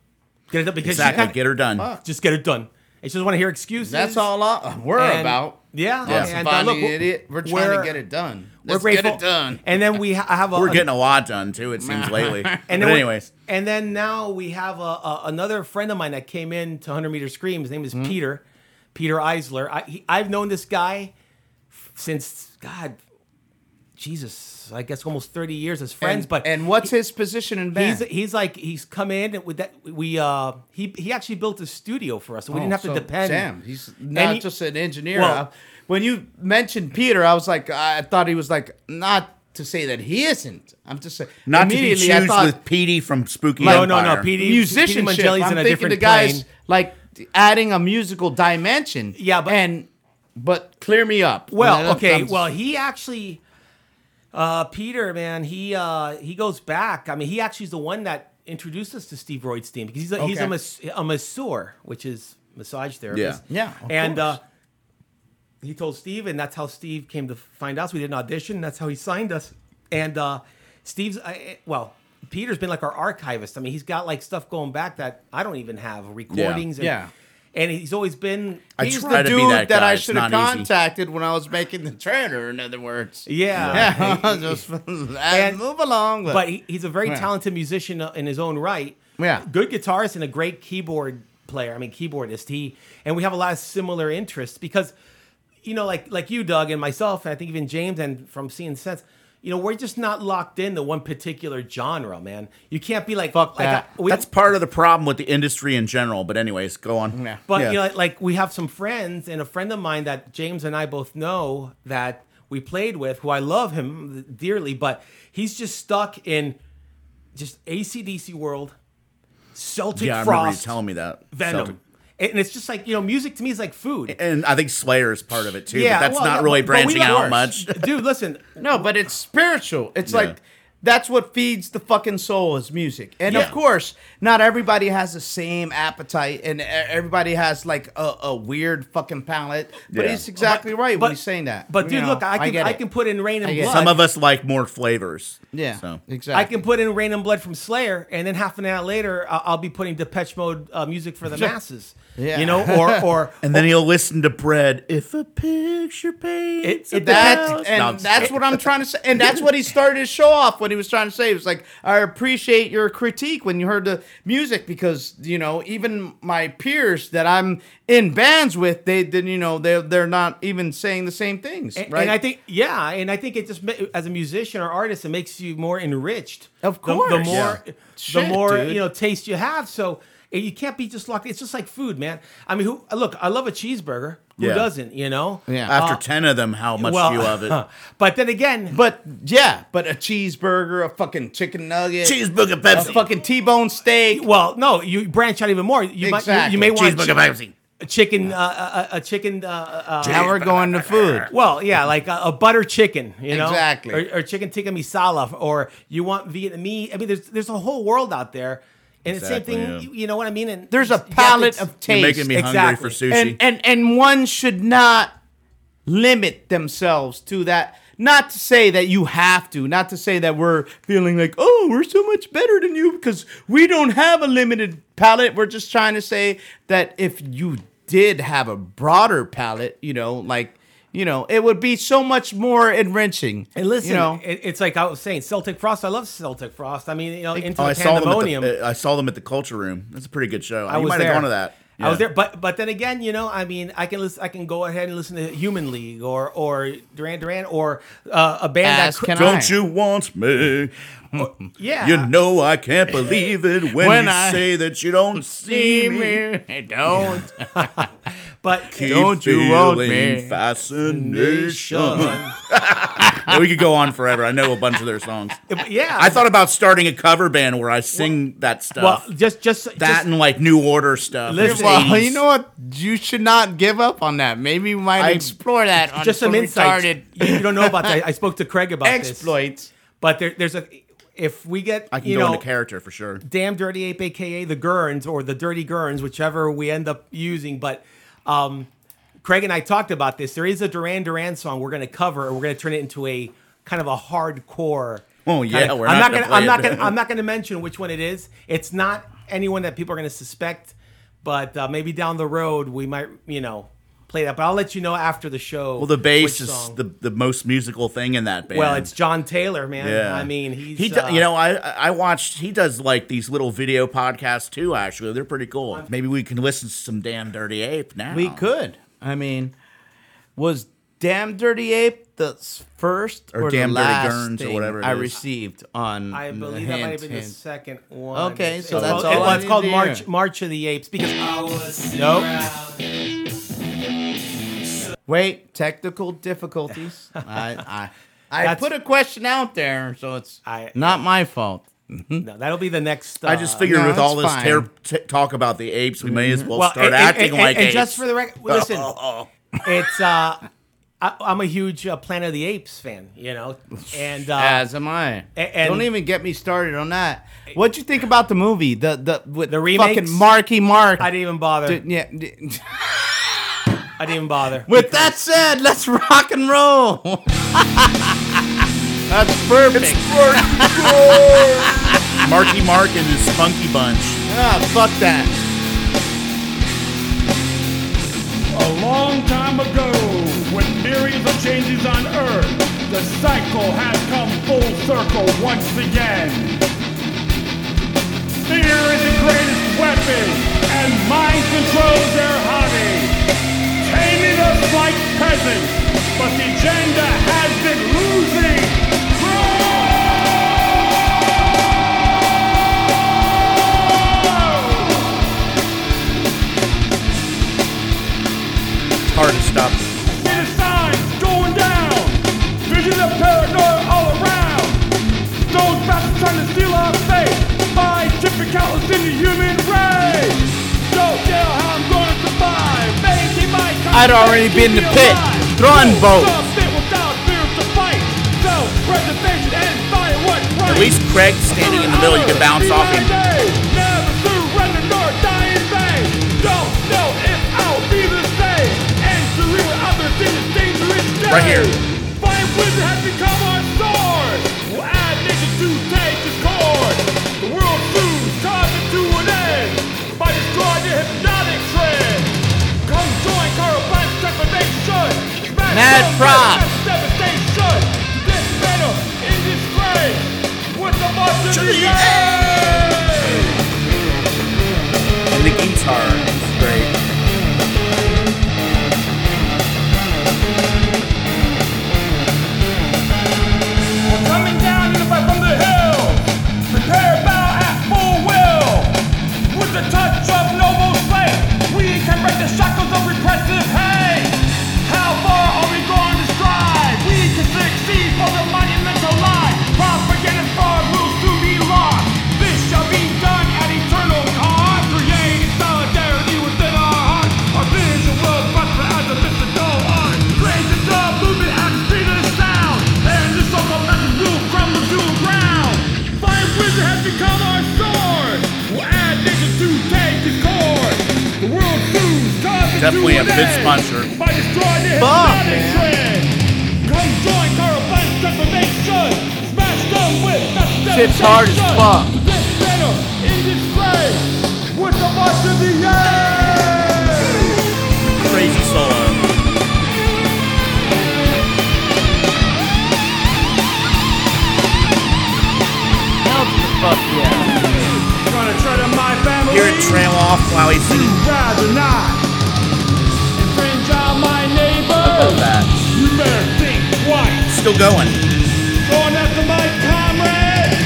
get it done because exactly. she Get her done. just get it done. And she doesn't want to hear excuses. That's all I, we're And- about. Yeah, Us and, uh, finding look, we're- idiot. We're trying we're- to get it done. We're Let's grateful. get it done. And then we ha- have a, We're getting a lot done, too, it seems lately. And but then we- anyways, and then now we have a, a, another friend of mine that came in to 100 Meter Scream. His name is Mm-hmm. Peter, Peter Eisler. I, he, I've known this guy since God, Jesus, I guess almost 30 years as friends. and, but and what's his position in band? he's he's like he's come in and with that we uh he he actually built a studio for us, so we didn't have Oh, to so depend. Sam, he's not he- just an engineer. Well- I- when you mentioned Peter, I was like, I thought he was like not to say that he isn't. I'm just saying not to be immediately I choosed thought with Petey from Spooky No, no, Empire. no, PD musicianship. PD Mangelli's I'm in a thinking different the guys plane. like adding a musical dimension. Yeah, but- and but clear me up. Well, That's- okay. I'm- Well, he actually, uh, Peter, man, he uh, he goes back. I mean, he actually is the one that introduced us to Steve Roydstein because he's a, he's a, Okay. mas- a masseur, which is massage therapist. Yeah. yeah, of and course. uh, he told Steve, and that's how Steve came to find us. We did an audition, and that's how he signed us. And uh, Steve's, I- I, well, Peter's been like our archivist. I mean, he's got like stuff going back that I don't even have recordings. And, Yeah. And he's always been. I he's try the to dude be that, that, guy. I It's should have not easy. contacted when I was making the trailer. In other words, yeah. yeah, just and move along. but he, he's a very Yeah. talented musician in his own right. Yeah. good guitarist and a great keyboard player. I mean, keyboardist. He and we have a lot of similar interests because, you know, like like you, Doug, and myself, and I think even James, and from seeing sense. You know, we're just not locked into one particular genre, man. You can't be like fuck that. we, That's part of the problem with the industry in general. But anyways, go on. Yeah. but Yeah. you know, like, like, we have some friends and a friend of mine that James and I both know that we played with, who I love him dearly, but he's just stuck in just ACDC world, Celtic Yeah, I remember you Frost, telling me that. Venom, Celtic- and it's just like you know, music to me is like food. And I think Slayer is part of it too. Yeah, but that's well, not no, really but- but we branching like- out much. dude. Listen, No, but it's spiritual. It's Yeah. like that's what feeds the fucking soul is music. And Yeah. of course, not everybody has the same appetite and e- everybody has like a, a weird fucking palate. But Yeah. he's exactly right but- when he's saying that. but You dude, know, look, I can get I, it. can put in rain and get it. blood. Some of us like more flavors. Yeah. So Exactly. I can put in rain and blood from Slayer, and then half an hour later, I- I'll be putting Depeche Mode uh, music for the masses. Yeah. You know, or or and then he'll listen to bread. If a picture paints a It- it- house- that and No, I'm just that's kidding. what I'm trying to say, and that's what he started his show off when he was trying to say. It was like I appreciate your critique when you heard the music because you know even my peers that I'm in bands with, they then you know they they're not even saying the same things, And- right? And I think, yeah, and I think it just ma- as a musician or artist, it makes you more enriched. Of The- the, course. more, Yeah. the Shit, more dude. you know, taste you have. So eh, you can't be just locked. It's just like food, man. I mean, who? Look, I love a cheeseburger. Who Yeah. doesn't? You know. Yeah. after Uh, ten of them, how much well, do you love it? but then again, but yeah, but a cheeseburger, a fucking chicken nugget, Cheeseburger a Pepsi. fucking T-bone steak. well, no, you branch out even more. You might, you- Exactly. you, may want Cheeseburger Pepsi. a chicken, uh, a, a- a chicken. Uh, uh, Now we're going to food. Well, yeah, like a, a butter chicken, you know, Exactly. or, or chicken tikka masala, or you want Vietnamese. I mean, there's there's a whole world out there, and Exactly, the same yeah. thing. You, you know what I mean? And There's a you have to palette ex- of taste. You're making me hungry for Exactly. sushi. and and and one should not limit themselves to that not to say that you have to not to say that we're feeling like oh we're so much better than you because we don't have a limited palette we're just trying to say that if you did have a broader palette you know like you know it would be so much more enriching And listen, you know it, it's like I was saying, Celtic Frost. I love Celtic Frost. I mean, you know, into Oh, I the saw them. At pandemonium. the, uh, I saw them at the Culture Room. That's a pretty good show. I you was might there. have gone to that. I Yeah. was there, but but then again, you know, I mean, I can listen, I can go ahead and listen to Human League or or Duran Duran or uh, a As band that cr- can I. Don't you want me? yeah, You know I can't believe it when, When you I- say that you don't see me. don't but Keep Don't you want feeling me? Fascination. And we could go on forever. I know a bunch of their songs. yeah, I thought about starting a cover band where I sing that well, stuff. just just that just, and like New Order stuff. Listen- It's Well, 80s. you know what? You should not give up on that. Maybe we might I- explore that on just some, insights. retarded You, you don't know about that. I spoke to Craig about this. exploits. But there, there's a if we get I can you go know into character for sure. damn dirty ape, aka the Gurns or the Dirty Gurns, whichever we end up using. But um, Craig and I talked about this. There is a Duran Duran song we're going to cover, and we're going to turn it into a kind of a hardcore. Oh, kind yeah, of- we're I'm not not gonna gonna- I'm play not it. going. I'm not going to mention which one it is. It's not anyone that people are going to suspect, but uh, maybe down the road we might, you know, play that. But I'll let you know after the show. Well, the bass which is song. the, the most musical thing in that band. Well, it's John Taylor, man. Yeah, I mean, he's he, do- uh, you know, I I watched. He does like these little video podcasts too. Actually, they're pretty cool. Maybe we can listen to some damn Dirty Ape now. We could. I mean, was Damn Dirty Ape the s- first Or or, the Damn Dirty last Gurns or thing whatever it I is. received on? I the believe that might hint, have been the hint. second one. Okay, so that's called, all Well, I it's called need to March hear. March of the Apes because I was sitting Nope. around Wait, technical difficulties. I I, I That's- put a question out there, so it's I- not my fault. no, that'll be the next. Uh, I just figured no, with all it's this fine. ter- t- talk about the apes, we may as well, Mm-hmm. well, start and- and- acting and- like and apes. Oh. just for the record, listen, it's uh, I, I'm a huge uh, Planet of the Apes fan, you know, and uh, As am I. a- and- Don't even get me started on that. What'd you think about the movie? The the with The fucking remakes? Marky Mark. I didn't even bother. Dude, yeah. d- I didn't even bother. With that said, let's rock and roll. That's perfect. Marky Mark and his Funky Bunch. Ah, fuck that. A long time ago, when myriads of changes on Earth, the cycle has come full circle once again. Fear is the greatest weapon, and mind controls their hobby. Taming us like peasants, but the agenda has been losing. ground. It's hard to stop. Get a sign, going down. Vision of paranoia all around. Those bastards trying to steal I'd already been in the pit. Throwing both. At least Craig's standing in the middle. You can bounce off him. Right here. Fight with has become our sword. Will add nature to take discord. The world soon comes to an end by destroying the hypnotic trend. Come join Carl Black's declamation. Smash Mad down Prop. mass devastation. This battle in disgrace with the march of To the the end. And the guitar. is Great. Coming down in the fight from the hill. Prepare bow at full will. With the touch of noble strength, we can break the shackles of repressive hate. How far are we going to strive? We can succeed for the monumental lie. Propaganda and fraud will soon be lost. This shall be done at eternal cost. Creating solidarity within our hearts. Our vision will prosper as a mystical art. Raise the dog movement at the speed of sound. And this local message will crumble to the ground. Fire wizard has become our sword. We'll add nation to take his core. The world soon comes to Definitely a an good end sponsor. By destroying the Fuck, hypnotic man. trend. Come join Carl Blank's transformation. Smash them with mass Shit's hard as devastation. fuck. This banner in disgrace with the march of the end. Crazy solo. Hell to the fuck yeah. Gonna tread on my family. Hear it trail off while he's singing. rather not infringe on my Love neighbor. that. You better think twice. Still going. Going after my comrade.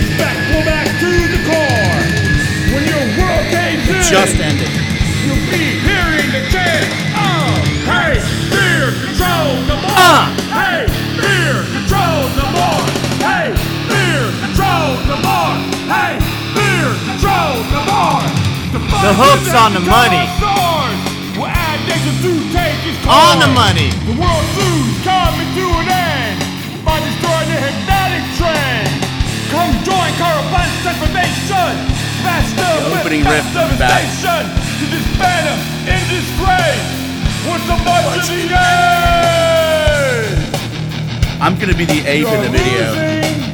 Expect pull back to the core. When your world caves in, Just ended. you'll be hearing the chant of Hey, fear, control, no more. Uh. Hey, fear, control, no more. Hey, fear, control, no more. Hey, fear, control, no more. The hook's on the money. We'll add nations to take his On the course. money. The world soon's coming to an end by destroying the hypnotic trend. Come join Carl Blank's transformation. Smash the opening riff whip, in the back. devastation to disband them in disgrace. With the march of the end. I'm gonna be the ape in the video. Losing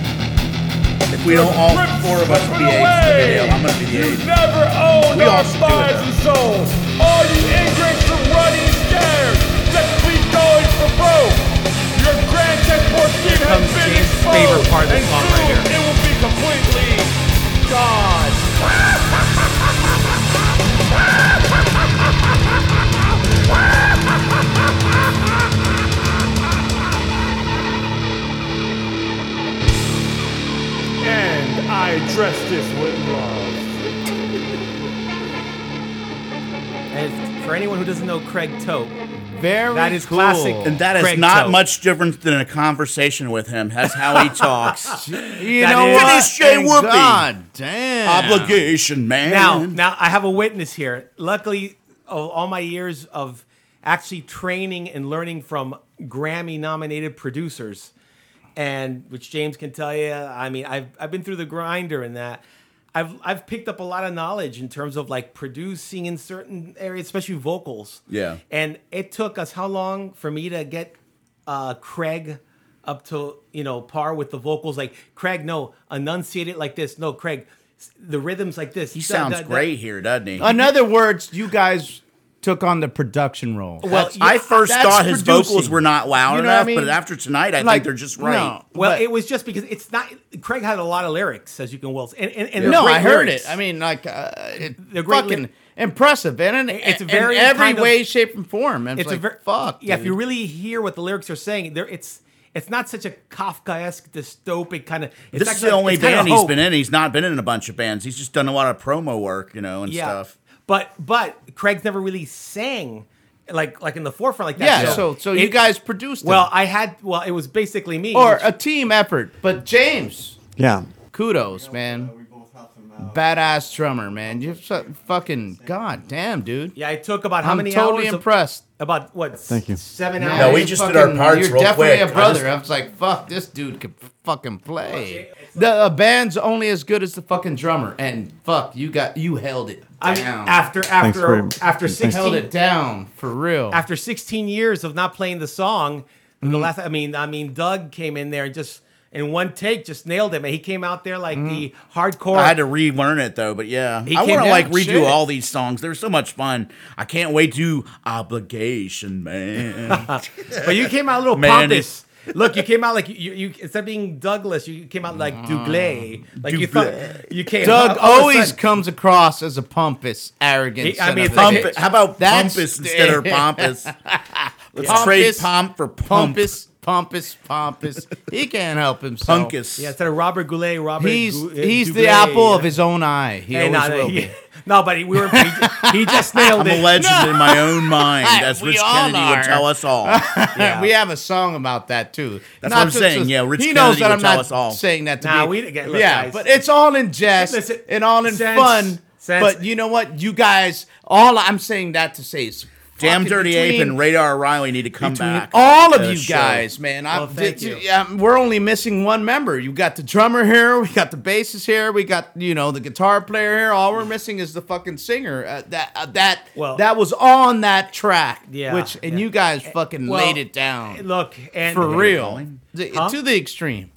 If we don't all four of us be apes in the video, I'm gonna be the you ape. never owned We all our should do it, minds though. and souls. All you ingrates are running scared. That sweet going for broke. Your grand chessboard scheme has comes been James' exposed. favorite part of the and song right soon here. It will be completely gone. And I address this with love. And for anyone who doesn't know Craig Tote, Very That is cool. classic. And that is Craig not Tote. much different than a conversation with him. That's how he talks. You That know is- what? Finish Jay And Whoopi. God damn. Obligation, man. Now, now I have a witness here. Luckily, of all my years of actually training and learning from Grammy-nominated producers, and which James can tell you, I mean, I've I've been through the grinder in that. I've I've picked up a lot of knowledge in terms of like producing in certain areas, especially vocals. Yeah. And it took us how long for me to get uh, Craig up to you know par with the vocals? Like Craig, no, enunciate it like this. No, Craig, s- the rhythms like this. he sounds great here, doesn't he? In other words, you guys took on the production role. Well, yeah, I first that's thought his producing. vocals were not loud You know what I enough, mean? but after tonight, I Like, think they're just right. no. well, but- it was just because it's not. Craig had a lot of lyrics, as you can well, and and, and they're No, great I heard lyrics. it. I mean, like, uh, it, They're great fucking ly- impressive, and in, It's in very every kind of- way, shape, and form. And it's a very fuck. Yeah, if dude. you really hear what the lyrics are saying, there it's. It's not such a Kafkaesque, dystopic kind of. This is the only band he's been in. He's not been in a bunch of bands. He's just done a lot of promo work, you know, and stuff. But but Craig's never really sang like like in the forefront like that. yeah. So, so you it- guys produced. Well, it. I had well, it was basically me. or which- a team effort, but James, Yeah. Uh, kudos, man. uh, Badass drummer, man. You're so fucking goddamn, dude. yeah, I took about how I'm many totally hours? of- impressed. about what? Thank you. Seven Nah, hours. No, we you just did our parts You're real definitely quick. a I brother. just- I, was like, fuck, this dude can fucking play. The a band's only as good as the fucking drummer, and fuck, you got you held it I mean, down. after after very- after thanks. Held held sixteen it down for real. after 16 years of not playing the song, Mm-hmm. the last I mean, I mean, Doug came in there and just in one take just nailed him, and he came out there like the Mm-hmm. hardcore. I had to relearn it though, but yeah, I came want to down, like redo shit. all these songs. They're so much fun. I can't wait to obligation, man. but you came out a little Man, pompous. Look, you came out like you, you instead of being Douglas, you came out like Douglé. Like you thought Douglé. you came. Mm-hmm. Doug out all of a always sudden- comes across as a pompous, arrogant. He- I son mean, of a it's like- bitch. Pump- how about That's- pompous instead of pompous? Let's trade Pompous, pomp for pump. pompous, pompous, pompous. He can't help himself. Punkus. Yeah, instead of Robert Goulet, Robert. He's Gou- uh, he's the Douglé. apple of his own eye. He Hey, always nah, will he- be. No, but he, we were. He, he just nailed I'm it. a legend in my own mind, as We Rich all Kennedy are. would tell us all. Yeah. We have a song about that too. That's what I'm to- saying. Yeah, Rich he knows Kennedy that would I'm tell not us all. saying that to Nah, be. we- again, look, yeah, guys. but it's all in jest Listen, and all in since- fun. since- but you know what? You guys, all I'm saying that to say is, Damn fucking Dirty Ape between- and Radar O'Reilly need to come between back. all of to you show. guys, man. I, Well, thank you. yeah, we're only missing one member. You got the drummer here. We got the bassist here. We got you know the guitar player here. All we're missing is the fucking singer. Uh, that uh, that Well- that was on that track. Yeah, which and yeah. Eh, you guys fucking well, laid it down Look, and for real calling? The- Huh? to the extreme.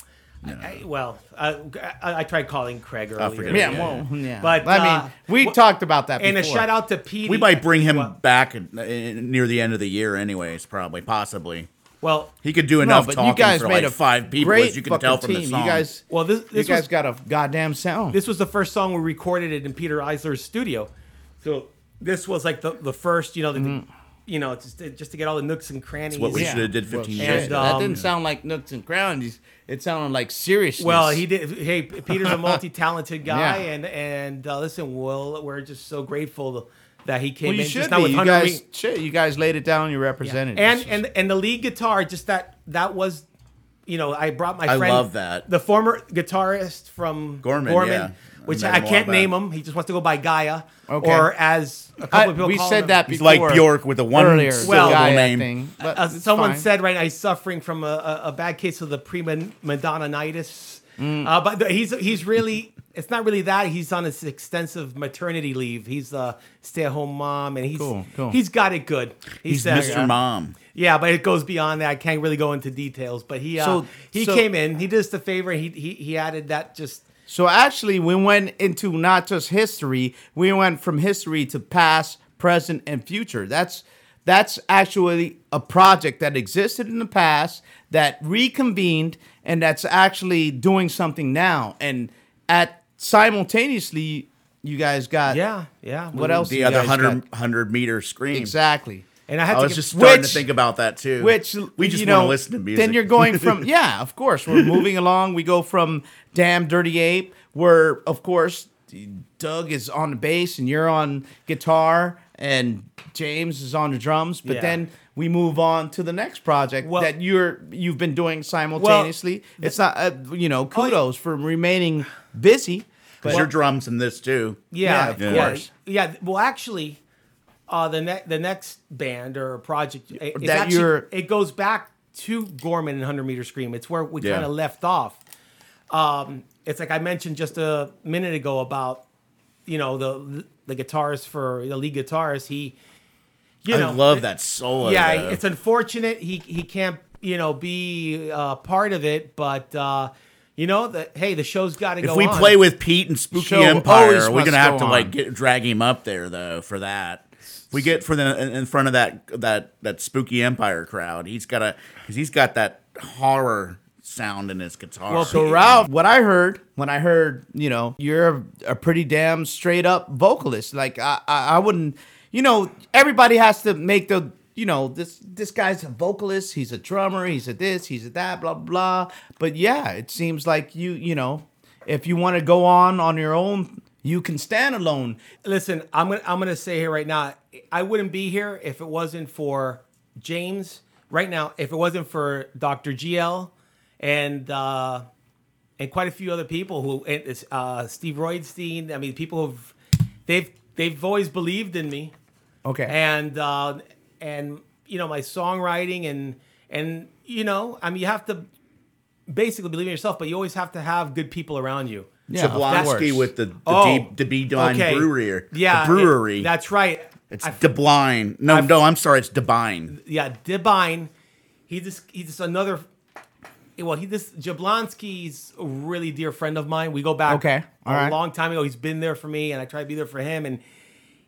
I- well, I, I, I tried calling Craig earlier. forget it. Yeah, Yeah. well, yeah. But, I uh, mean, we wh- talked about that. And a before. shout out to Pete. We might bring him Well, back in, in, near the end of the year, anyways. Probably, possibly, well, he could do No, enough but talking you guys for made like a five people, great as you can tell fucking from the team. song. You guys, well, this this you guys was got a goddamn sound. this was the first song we recorded it in Peter Eisler's studio. So this was like the the first, you know, the, Mm. you know, just to, just to get all the nooks and crannies. what we Yeah. should have did 15 Well, years shit, ago. that Um, didn't sound like nooks and crannies. It sounded like seriousness. Well, he did. Hey, Peter's a multi-talented guy, Yeah. and and uh, listen, we'll we're just so grateful that he came Well, you in. should just be. now with You 100 guys, shit, you guys laid it down. You represented. and This is- and and the lead guitar just that that was you know i brought my I friend love that. the former guitarist from Gorman, yeah. which I i, met him a can't while back. name him he just wants to go by gaia Okay. or as a couple I- of people we call said him. that He's before. like Bjork with a one earlier. Well, the guy name. thing, but uh, it's someone fine. said right now he's suffering from a, a, a bad case of the pre-madonnaitis uh, but the- he's he's really it's not really that he's on his extensive maternity leave he's a stay-at-home mom and he's Cool, cool. he's got it good He's uh, Mr. Mom. Yeah, but it goes beyond that. I can't really go into details. But he uh, So- he so- came in. He did us the favor. He he he added that just So actually, we went into not just history. We went from history to past, present, and future. That's that's actually a project that existed in the past that reconvened and that's actually doing something now. And at simultaneously, you guys got yeah yeah. we What were- else? The you other guys 100, got? 100 meter scream. exactly. And I had I to was get- just starting Which- to think about that too. Which we just you want know, to listen to music. Then you're going from yeah, of course. We're moving along. We go from damn dirty ape, where of course Doug is on the bass and you're on guitar and James is on the drums. But Yeah. then we move on to the next project Well- that you're you've been doing simultaneously. it's not uh, you know oh, kudos for remaining busy. because your drums in this too. yeah, yeah, of yeah, course. yeah. Well, actually, uh, the next the next band or project it, it's That actually- you're- it goes back to Gorman and Hundred Meter Scream. It's where we Yeah. kind of left off. Um, it's like I mentioned just a minute ago about you know the the guitarist for the lead guitarist. He you I know love that solo. yeah, though. it's unfortunate he he can't you know be uh, part of it, but uh, you know the hey the show's got to go. if we on. play with Pete and Spooky Show always Empire, we're must gonna have go to like on. get, drag him up there though for that. If we get for the in- in front of that that that Spooky Empire crowd, he's got a because he's got that horror sound in his guitar. Well, So Ralph, what I heard when I heard, you know, you're a, a pretty damn straight up vocalist. Like I, I, I wouldn't, you know, everybody has to make the, you know, this this guy's a vocalist. He's a drummer. He's a this. He's a that. Blah blah. But yeah, it seems like you, you know, if you want to go on on your own, you can stand alone. Listen, I'm gonna I'm gonna say here right now, I wouldn't be here if it wasn't for James right now. If it wasn't for Doctor GL and uh, and quite a few other people who and it's, uh, Steve Roydstein. I mean, people who've they've they've always believed in me. Okay. and uh, and you know my songwriting and and you know I mean you have to basically believe in yourself, but you always have to have good people around you. Yeah, of Jablonski course. with the the, Oh, D, the B Dine okay. Brewery. Yeah, the brewery. it- that's right. it's I- Debline. No, no, I'm sorry, it's Debine. yeah, Debine. He just he's just another. Well, he just Jablonski's a really dear friend of mine. We go back Okay, all a right. long time ago. He's been there for me, and I try to be there for him. And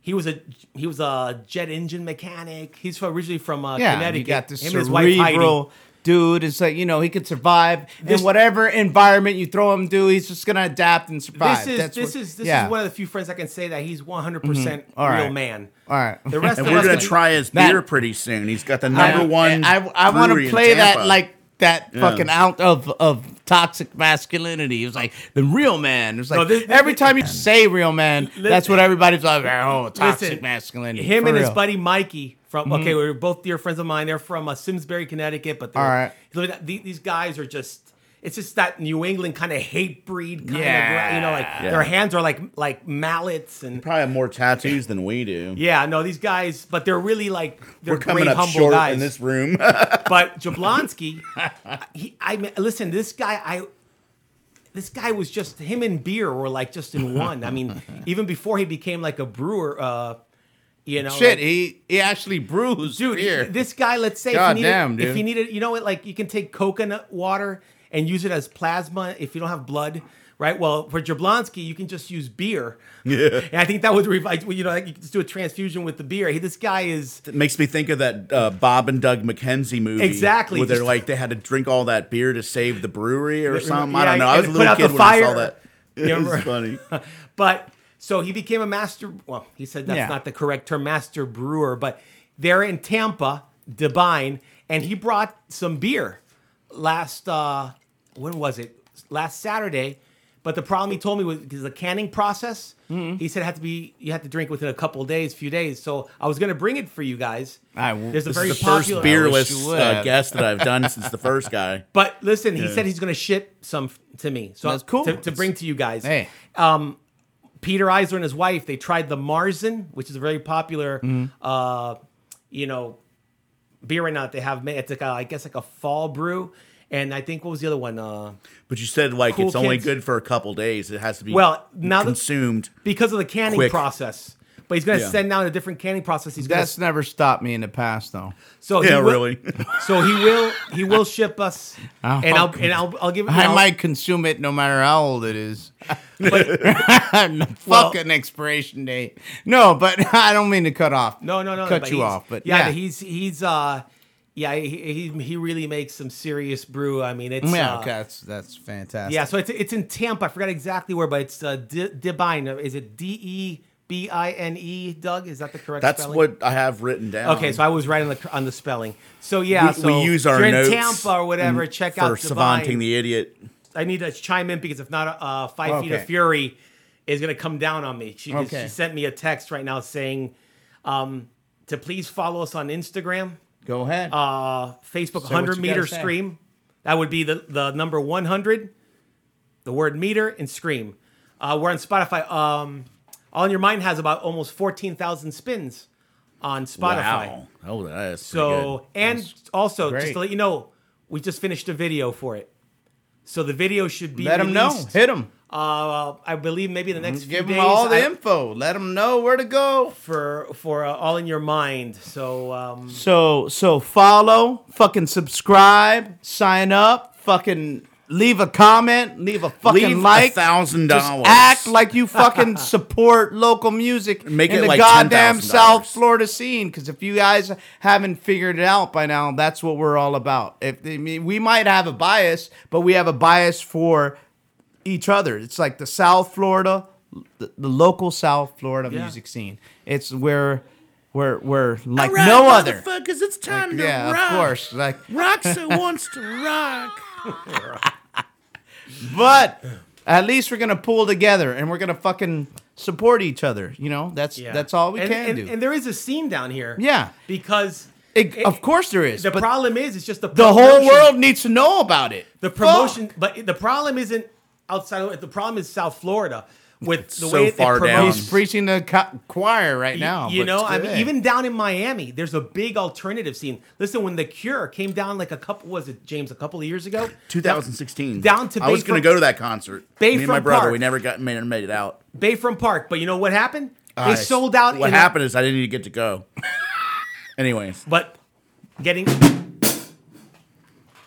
he was a he was a jet engine mechanic. He's from, originally from uh, Yeah, Connecticut. you got this him and his wife Heidi. cerebral dude. It's like you know he could survive This- in whatever environment you throw him to. He's just gonna adapt and survive. This is That's this what- is this yeah. is one of the few friends I can say that he's 100 percent Mm-hmm. real All right. man. All right. The rest And of we're us gonna can- try his That- beer pretty soon. He's got the number one. I I, want brewery to in play that Tampa. like that Yeah. fucking out of of toxic masculinity. It was like the real man. It was like No, this- every time you say real man, that's what everybody's like. Oh, toxic Listen, masculinity. Him For and his real. buddy Mikey from okay, Mm-hmm. we are both dear friends of mine. They're from uh, Simsbury, Connecticut, but they're, All right. look at that- the- these guys are just. It's just that New England kind of hate breed kind of, Yeah. you know, like Yeah. their hands are like like mallets and probably have more tattoos than we do. yeah, no, these guys, but they're really like they're we're coming great up humble short guys. in this room. But Jablonski, he, I mean, listen, this guy, I, this guy was just him and beer were like just in one. I mean, even before he became like a brewer, uh, you know, shit. like- he he actually brews dude. beer. This guy, let's say, God if, he needed, damn, dude. if he needed, you know what, like you can take coconut water and use it as plasma if you don't have blood, right? Well, for Jablonski, you can just use beer. Yeah, and I think that would revive. You know, like you can just do a transfusion with the beer. He, this guy is It makes me think of that uh, Bob and Doug McKenzie movie. Exactly. Where they're Just- like they had to drink all that beer to save the brewery or something. I yeah, don't know. I and was a put little out kid the when I saw fire. that. You It was remember? funny. But so he became a master. Well, he said that's Yeah. not the correct term, master brewer. But they're in Tampa, Devine, and he brought some beer last. uh When was it? Last Saturday. But the problem he told me was because the canning process. Mm-hmm. He said it had to be you had to drink within a couple of days, few days. So I was going to bring it for you guys. I- There's a this This very is the first I popular wish beerless you would uh, have. guest that I've done since the first guy. But listen, he said he's going to ship some f- to me. So That's cool. to, to bring to you guys. Hey. Um, Peter Eisler and his wife they tried the Marzen, which is a very popular, Mm-hmm. uh, you know, beer right now that they have. ma- It's like a, I guess like a fall brew, and I think what was the other one? Uh, But you said like Cool it's only kids. good for a couple days. It has to be Well, now that- consumed. because of the canning Quick. process. But he's going to Yeah. send out a different canning process. He's going That's to never stopped me in the past though. so he yeah, will- really. So he will he will ship us, I'll- and I'll and I'll, I'll give it. Oh. I I'll- might consume it no matter how old it is. Well- Fuck an expiration date. No, but I don't mean to cut off. No, no, no. no, Cut but you he's- off, but yeah, yeah, he's he's uh, yeah, he, he he really makes some serious brew. I mean, it's yeah. uh, okay, that's that's fantastic. yeah. So it's it's in Tampa. I forgot exactly where, but it's uh, D- Debine. Is it D E B I N E? Doug, is that the correct? That's spelling? what I have written down. Okay, so I was right on the on the spelling. So yeah, We- so we use our if you're notes in Tampa or whatever. Check for out Savanting Divine. the Idiot. I need to chime in because if not, uh, Five Feet Okay. of Fury is going to come down on me. She, 'cause Okay. she sent me a text right now saying um, to please follow us on Instagram. Go ahead. uh, Facebook what 100 you meter gotta say. scream. That would be the, the number 100, the word meter, and scream. Uh, we're on Spotify. Um, All in Your Mind has about almost 14,000 spins on Spotify. Wow. Oh, that is pretty So, good. and also, just great. to let you know, we just finished a video for it. So the video should be. Let him know. released, Hit him. Uh, I believe maybe the next few Give him days. all the I- info. Let him know where to go. for for uh, all in your mind. So um, So so follow, fucking subscribe, sign up, fucking leave a comment, leave a fucking Leave like, $1,000. Just act like you fucking support local music Make in it the like goddamn $10,000. South Florida scene. Because if you guys haven't figured it out by now, that's what we're all about. If I mean, we might have a bias, but we have a bias for each other. It's like the South Florida, the, the local South Florida Yeah. music scene. It's where. We're, we're like no other. Because it's time to Yeah, rock. of course. Like, Roxa wants to rock. but at least we're gonna pull together and we're gonna fucking support each other. You know, that's yeah. that's all we And- can and- do. And there is a scene down here. yeah, because It- it- of course there is. the but problem is it's just the the whole promotion. world needs to know about it. the Fuck. promotion but the problem isn't outside of it the problem is south florida with the so way it far down. promotes He's preaching the co- choir right now. You but know, I mean, today- even down in Miami, there's a big alternative scene. Listen, when The Cure came down, like a couple was it James a couple of years ago, 2016. Down to I was going Bayfront- to go to that concert. Me Bayfront and my brother, Park. we never got made, made it out. Bayfront Park. But you know what happened? They I- sold out. What in a- happened is I didn't even get to go. Anyways, but getting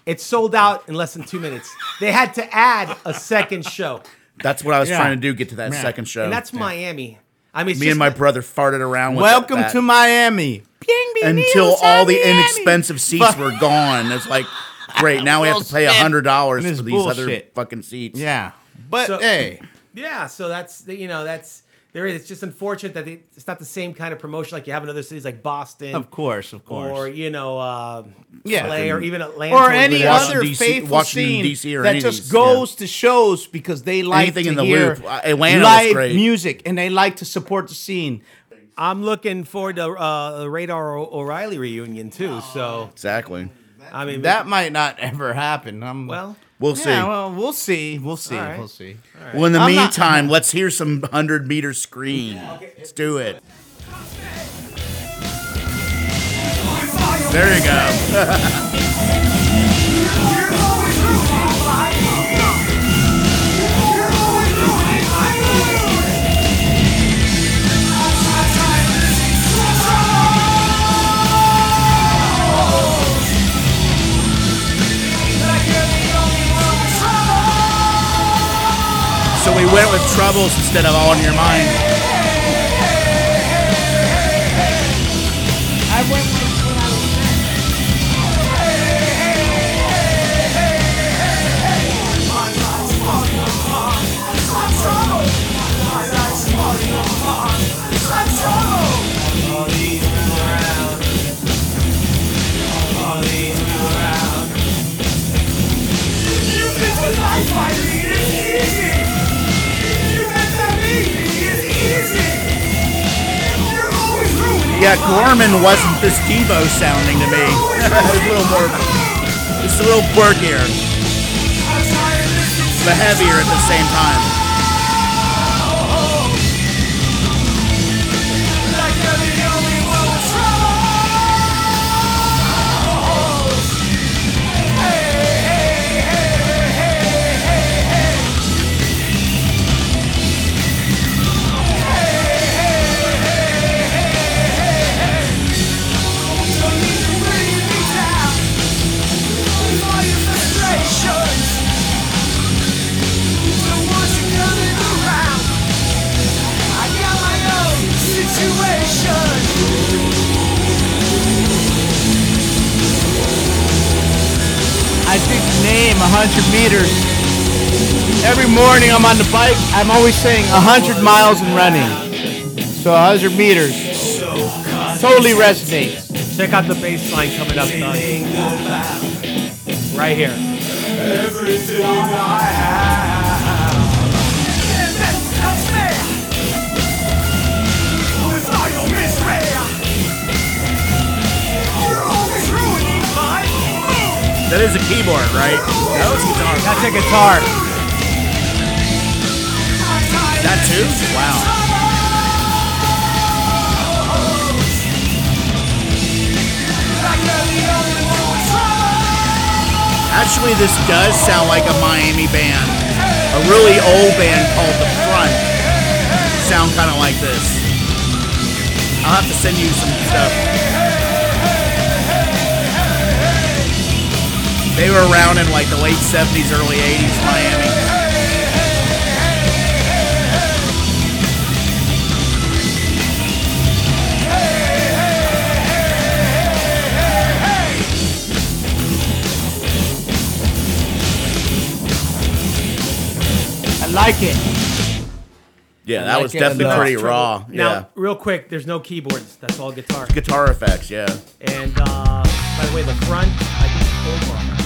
it sold out in less than two minutes. They had to add a second show, that's what I was Yeah. trying to do. Get to that second show. and that's Miami. I mean, Oh, it's me just and my brother farted around. With Welcome that to Miami. Bing, bing, until bing, all the Miami. inexpensive seats were gone. It's like great. Now we have to pay Bullshit. hundred dollars This for these other bullshit. fucking seats. Yeah, but So- hey, Yeah, so that's you know that's there is. It's just unfortunate that it- it's not the same kind of promotion like you have in other cities like Boston, of course, of course. or you know, uh, Yeah. LA, or even Atlanta, or any whatever. Washington other DC faithful Washington, scene DC or that any of just these, goes to shows because they like Anything to in the hear loop. Uh, Atlanta was live great. music and they like to support the scene. I'm looking forward to uh, the Radar O- O'Reilly reunion too. So exactly. I mean That might not ever happen. I'm Well, We'll yeah, see. Well, we'll see. We'll see. All right. We'll see. Well, in the I'm not- meantime, let's hear some hundred meter screen. Let's do it. There you go. So we went with troubles instead of all in your mind. Yeah, Gorman wasn't this Devo sounding to me. it was a little more, it's a little quirkier, but heavier at the same time. Situation. I think name 100 meters. Every morning I'm on the bike. I'm always saying 100 miles and running. So 100 meters totally resonates. check out the bass line coming up, Doug. right here. That is a keyboard, right? That was guitar. That's a guitar. That too? Wow. Actually, this does sound like a Miami band. A really old band called The Front. Sound kind of like this. I'll have to send you some stuff. They were around in like the late 70s, early 80s, Miami. I like it. Yeah, that like was it a definitely lot. pretty raw. Now, yeah. real quick, there's no keyboards. That's all guitar. Guitar effects, yeah. And uh, by the way, the front, I think it's full bar.